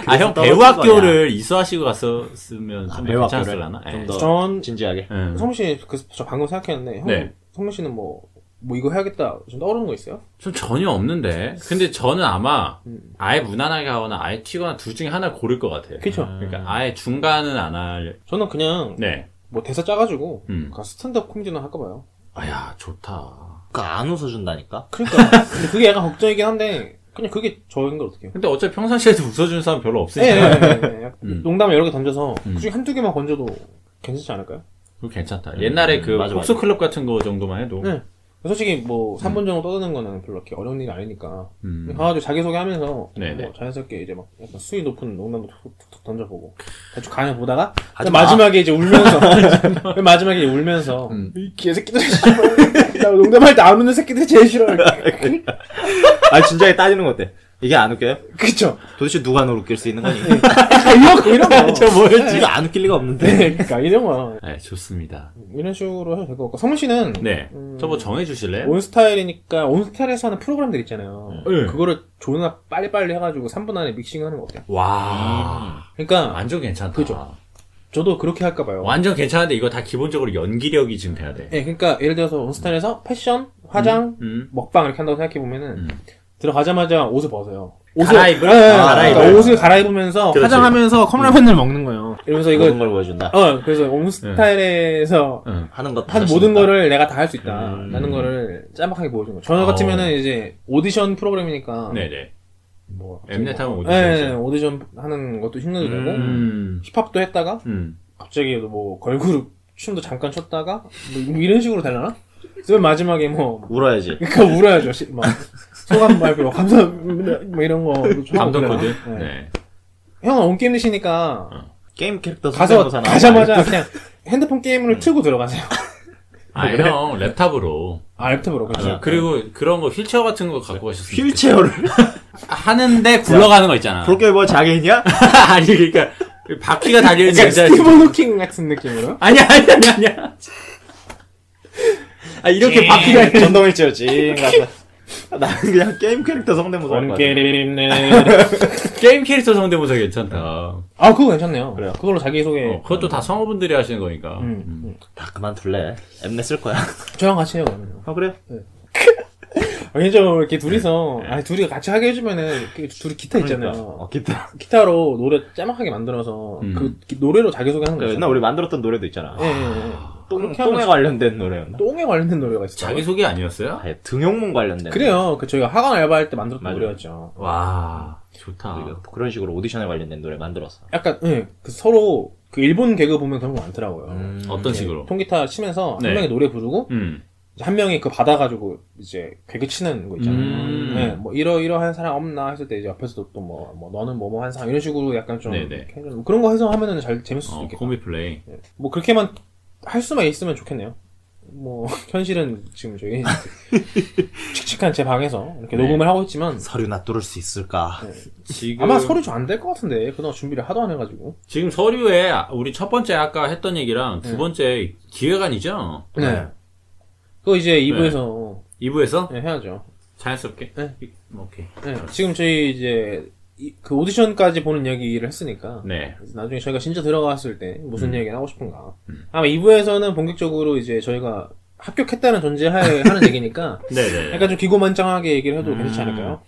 Speaker 2: 아, 형
Speaker 3: 그래서
Speaker 2: 배우
Speaker 3: 떨어진
Speaker 2: 학교를 이수하시고 갔었으면
Speaker 3: 아,
Speaker 2: 좀
Speaker 3: 배우
Speaker 2: 괜찮았을라나?
Speaker 3: 학교를 좀
Speaker 2: 예.
Speaker 3: 더-
Speaker 1: 전
Speaker 3: 진지하게.
Speaker 2: 음.
Speaker 1: 성민 씨, 그, 저 방금 생각했는데, 형,
Speaker 2: 네.
Speaker 1: 성민 씨는 뭐, 뭐 이거 해야겠다. 좀 떠오르는 거 있어요?
Speaker 2: 전 전혀 없는데. 근데 저는 아마
Speaker 1: 음.
Speaker 2: 아예 무난하게 하거나 아예 튀거나 둘 중에 하나 고를 것 같아요.
Speaker 1: 그쵸.
Speaker 2: 그러니까 아예 중간은 안 할.
Speaker 1: 저는 그냥,
Speaker 2: 네.
Speaker 1: 뭐 대사 짜가지고,
Speaker 2: 음.
Speaker 1: 그 스탠드업 코미디나 할까 봐요.
Speaker 2: 아야 좋다.
Speaker 3: 그니까 안 웃어준다니까?
Speaker 1: 그러니까. 근데 그게 약간 걱정이긴 한데, 그냥 그게 저인 걸 어떡해요.
Speaker 2: 근데 어차피 평상시에도 웃어주는 사람 별로
Speaker 1: 예, 예,
Speaker 2: 없으니까
Speaker 1: 예, 예. 약간
Speaker 2: 음.
Speaker 1: 농담을 여러 개 던져서
Speaker 2: 음.
Speaker 1: 그중에 한두 개만 건져도 괜찮지 않을까요?
Speaker 2: 그거 괜찮다.
Speaker 3: 음,
Speaker 2: 옛날에 그
Speaker 3: 맞아, 맞아.
Speaker 2: 복수 클럽 같은 거 정도만 해도.
Speaker 1: 네. 솔직히 뭐 3분 정도 떠드는 거는 별로 이렇게 어려운 일이 아니니까
Speaker 2: 음.
Speaker 1: 가가지고 자기소개하면서 뭐
Speaker 2: 네네.
Speaker 1: 자연스럽게 이제 막 약간 수위 높은 농담도 툭툭 던져보고 대충 강연 보다가
Speaker 3: 하지 마.
Speaker 1: 마지막에 이제 울면서 맨 마지막에 이제 울면서
Speaker 2: 음.
Speaker 1: 이 개새끼들 씨발. 나 농담할 때 안 웃는 새끼들 제일 싫어
Speaker 3: 아, 진지하게 따지는 거 어때? 이게 안 웃겨요?
Speaker 1: 그쵸
Speaker 3: 도대체 누가 널 웃길 수 있는 거니?
Speaker 1: 아, 이런 거 이런 거
Speaker 3: 뭐였지? 네. 어. 안 웃길 리가 없는데.
Speaker 1: 네, 그러니까 이런 거
Speaker 2: 네, 좋습니다.
Speaker 1: 이런 식으로 해도 될 것 같고 성문 씨는
Speaker 2: 네. 저뭐 정해주실래요?
Speaker 1: 온 스타일이니까 온 스타일에서 하는 프로그램들 있잖아요.
Speaker 2: 네.
Speaker 1: 그거를 조나 빨리빨리 해가지고 3분 안에 믹싱하는 거 어때요?
Speaker 2: 와.
Speaker 1: 그러니까
Speaker 2: 완전 괜찮다.
Speaker 1: 그죠. 저도 그렇게 할까 봐요.
Speaker 2: 완전 괜찮은데 이거 다 기본적으로 연기력이 지금 돼야 돼.
Speaker 1: 예, 그러니까 예를 들어서 온 스타일에서 패션, 화장,
Speaker 2: 음.
Speaker 1: 먹방 이렇게 한다고 생각해 보면은
Speaker 2: 음.
Speaker 1: 들어가자마자 옷을 벗어요.
Speaker 2: 갈아입을?
Speaker 1: 예, 예,
Speaker 3: 갈아입을.
Speaker 1: 그러니까 옷을 갈아입으면서
Speaker 2: 그렇지.
Speaker 1: 화장하면서 컵라면을 먹는 거예요. 이러면서
Speaker 3: 이런
Speaker 1: 이거
Speaker 3: 걸 보여준다.
Speaker 1: 어 그래서 온 스타일에서
Speaker 2: 음.
Speaker 3: 하는 것도
Speaker 1: 한 모든 거를 내가 다 할 수 있다라는
Speaker 3: 음.
Speaker 1: 거를 짤막하게 보여준 거예요. 저
Speaker 2: 어.
Speaker 1: 같으면은 이제 오디션 프로그램이니까
Speaker 2: 네네.
Speaker 1: 뭐
Speaker 2: 엠넷 하면 오디션.
Speaker 1: 네, 오디션 하는 것도 흉내도 되고
Speaker 2: 음.
Speaker 1: 힙합도 했다가
Speaker 2: 음.
Speaker 1: 갑자기 뭐 걸그룹 춤도 잠깐 췄다가 뭐 이런 식으로 되려나? 그래서 마지막에 뭐
Speaker 3: 울어야지.
Speaker 1: 그러니까 울어야죠. 시- 막 소감 말고 뭐 감사합니다 뭐 이런 거
Speaker 2: 감동 코드.
Speaker 1: 네.
Speaker 2: 네.
Speaker 1: 형은 온 게임이시니까
Speaker 3: 게임 캐릭터
Speaker 1: 가서
Speaker 3: 아, 성대모사 나오는
Speaker 1: 가자마자 그냥 핸드폰 게임을 틀고 들어가세요.
Speaker 2: 아, 형 랩탑으로.
Speaker 1: 아 랩탑으로 그렇죠.
Speaker 2: 아, 그리고 그런 거 휠체어 같은 거 갖고 가셨으면 좋겠다.
Speaker 3: 휠체어를
Speaker 2: 하는데 굴러가는 거 있잖아.
Speaker 3: 그렇게 뭐 자기냐?
Speaker 2: 아니 그러니까 그 바퀴가 달려있는
Speaker 1: 약간
Speaker 2: 여자.
Speaker 1: 그러니까 스티븐 호킹 같은 느낌으로.
Speaker 2: 아니야 아니야 아니야, 아니야. 아 이렇게 바퀴가 있는-
Speaker 3: 전동 휠체어지. 나는 그냥 게임 캐릭터 성대모사 할 거야.
Speaker 1: 원게임네.
Speaker 2: 게임 캐릭터 성대모사 괜찮다.
Speaker 1: 아 그거 괜찮네요.
Speaker 3: 그래요.
Speaker 1: 그걸로 자기 소개.
Speaker 2: 어, 그것도 다 성우분들이 하시는 거니까. 음.
Speaker 3: 다 그만둘래. 엠넷 쓸 거야.
Speaker 1: 저랑 같이 해요 그러면.
Speaker 3: 아 그래?
Speaker 1: 아니 좀 이렇게 둘이서 아니 둘이 같이 하게 해주면은 그 둘이 기타 있잖아요.
Speaker 3: 어, 기타.
Speaker 1: 기타로 노래 짜막하게 만들어서
Speaker 2: 음.
Speaker 1: 그 기- 노래로 자기소개하는
Speaker 3: 그러니까
Speaker 1: 거예요.
Speaker 3: 옛날 우리 만들었던 노래도 있잖아.
Speaker 1: 예, 예, 예.
Speaker 3: 똥,
Speaker 1: 그렇게 하면
Speaker 3: 똥에 관련된 노래였나?
Speaker 1: 똥에 관련된 노래가 있어요.
Speaker 2: 자기 소개 아니었어요?
Speaker 3: 아예 네. 등용문 관련된.
Speaker 1: 그래요. 그 저희가 학원 알바할 때 만들었던
Speaker 3: 맞아요.
Speaker 1: 노래였죠.
Speaker 2: 와
Speaker 3: 노래.
Speaker 2: 좋다.
Speaker 3: 우리가 그런 식으로 오디션에 관련된 노래 만들었어.
Speaker 1: 약간 예, 그 서로 그 일본 개그 보면 그런 거 많더라고요.
Speaker 2: 어떤
Speaker 1: 예,
Speaker 2: 음, 식으로?
Speaker 1: 통기타 치면서
Speaker 2: 네.
Speaker 1: 한 명이 노래 부르고
Speaker 2: 음.
Speaker 1: 이제 한 명이 그 받아가지고 이제 개그 치는 거 있잖아요.
Speaker 2: 음.
Speaker 1: 예, 뭐 이러 이러한 사람 없나 했을 때 이제 옆에서도 또 뭐 뭐 너는 뭐뭐 한 사람 이런 식으로 약간 좀
Speaker 2: 네네.
Speaker 1: 이렇게 해주는- 그런 거 해서 하면은 잘 재밌을 수
Speaker 2: 어,
Speaker 1: 있겠다.
Speaker 2: 코미 플레이.
Speaker 1: 뭐 그렇게만 할 수만 있으면 좋겠네요. 뭐 현실은 지금 저희 칙칙한 제 방에서 이렇게
Speaker 2: 네.
Speaker 1: 녹음을 하고 있지만 네,
Speaker 3: 서류 놔둘 수 있을까?
Speaker 2: 지금
Speaker 1: 아마 서류 좀 안 될 것 같은데 그동안 준비를 하도 안 해가지고
Speaker 2: 지금 서류에 우리 첫 번째 아까 했던 얘기랑 두
Speaker 1: 네.
Speaker 2: 번째 기획안이죠.
Speaker 1: 네. 그거 이제
Speaker 2: 네.
Speaker 1: 2부에서 네,
Speaker 2: 2부에서
Speaker 1: 해야죠.
Speaker 2: 자연스럽게.
Speaker 1: 네.
Speaker 2: 오케이.
Speaker 1: 네, 지금 저희 이제 이- 그 오디션까지 보는 얘기를 했으니까
Speaker 2: 네. 음.
Speaker 1: 나중에 저희가 진짜 들어갔을 때 무슨 얘기를 하고 싶은가 아마 2부에서는 본격적으로 이제 저희가 합격했다는 존재하에 하는 얘기니까
Speaker 2: 네네. 음.
Speaker 1: 약간 좀 기고만장하게 얘기를 해도 괜찮지 않을까요?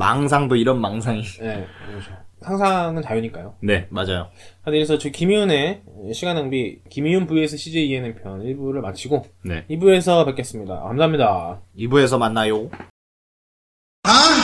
Speaker 3: 망상도 이런 망상이.
Speaker 1: 네, 그렇죠. 상상은 자유니까요.
Speaker 2: 네.
Speaker 3: 맞아요.
Speaker 1: 하여튼 그래서 저 김희훈의 시간 낭비, 김희훈 vs CJENM 편 1부를 마치고
Speaker 2: 네.
Speaker 1: 2부에서 뵙겠습니다. 감사합니다.
Speaker 3: 2부에서 만나요.
Speaker 4: 아!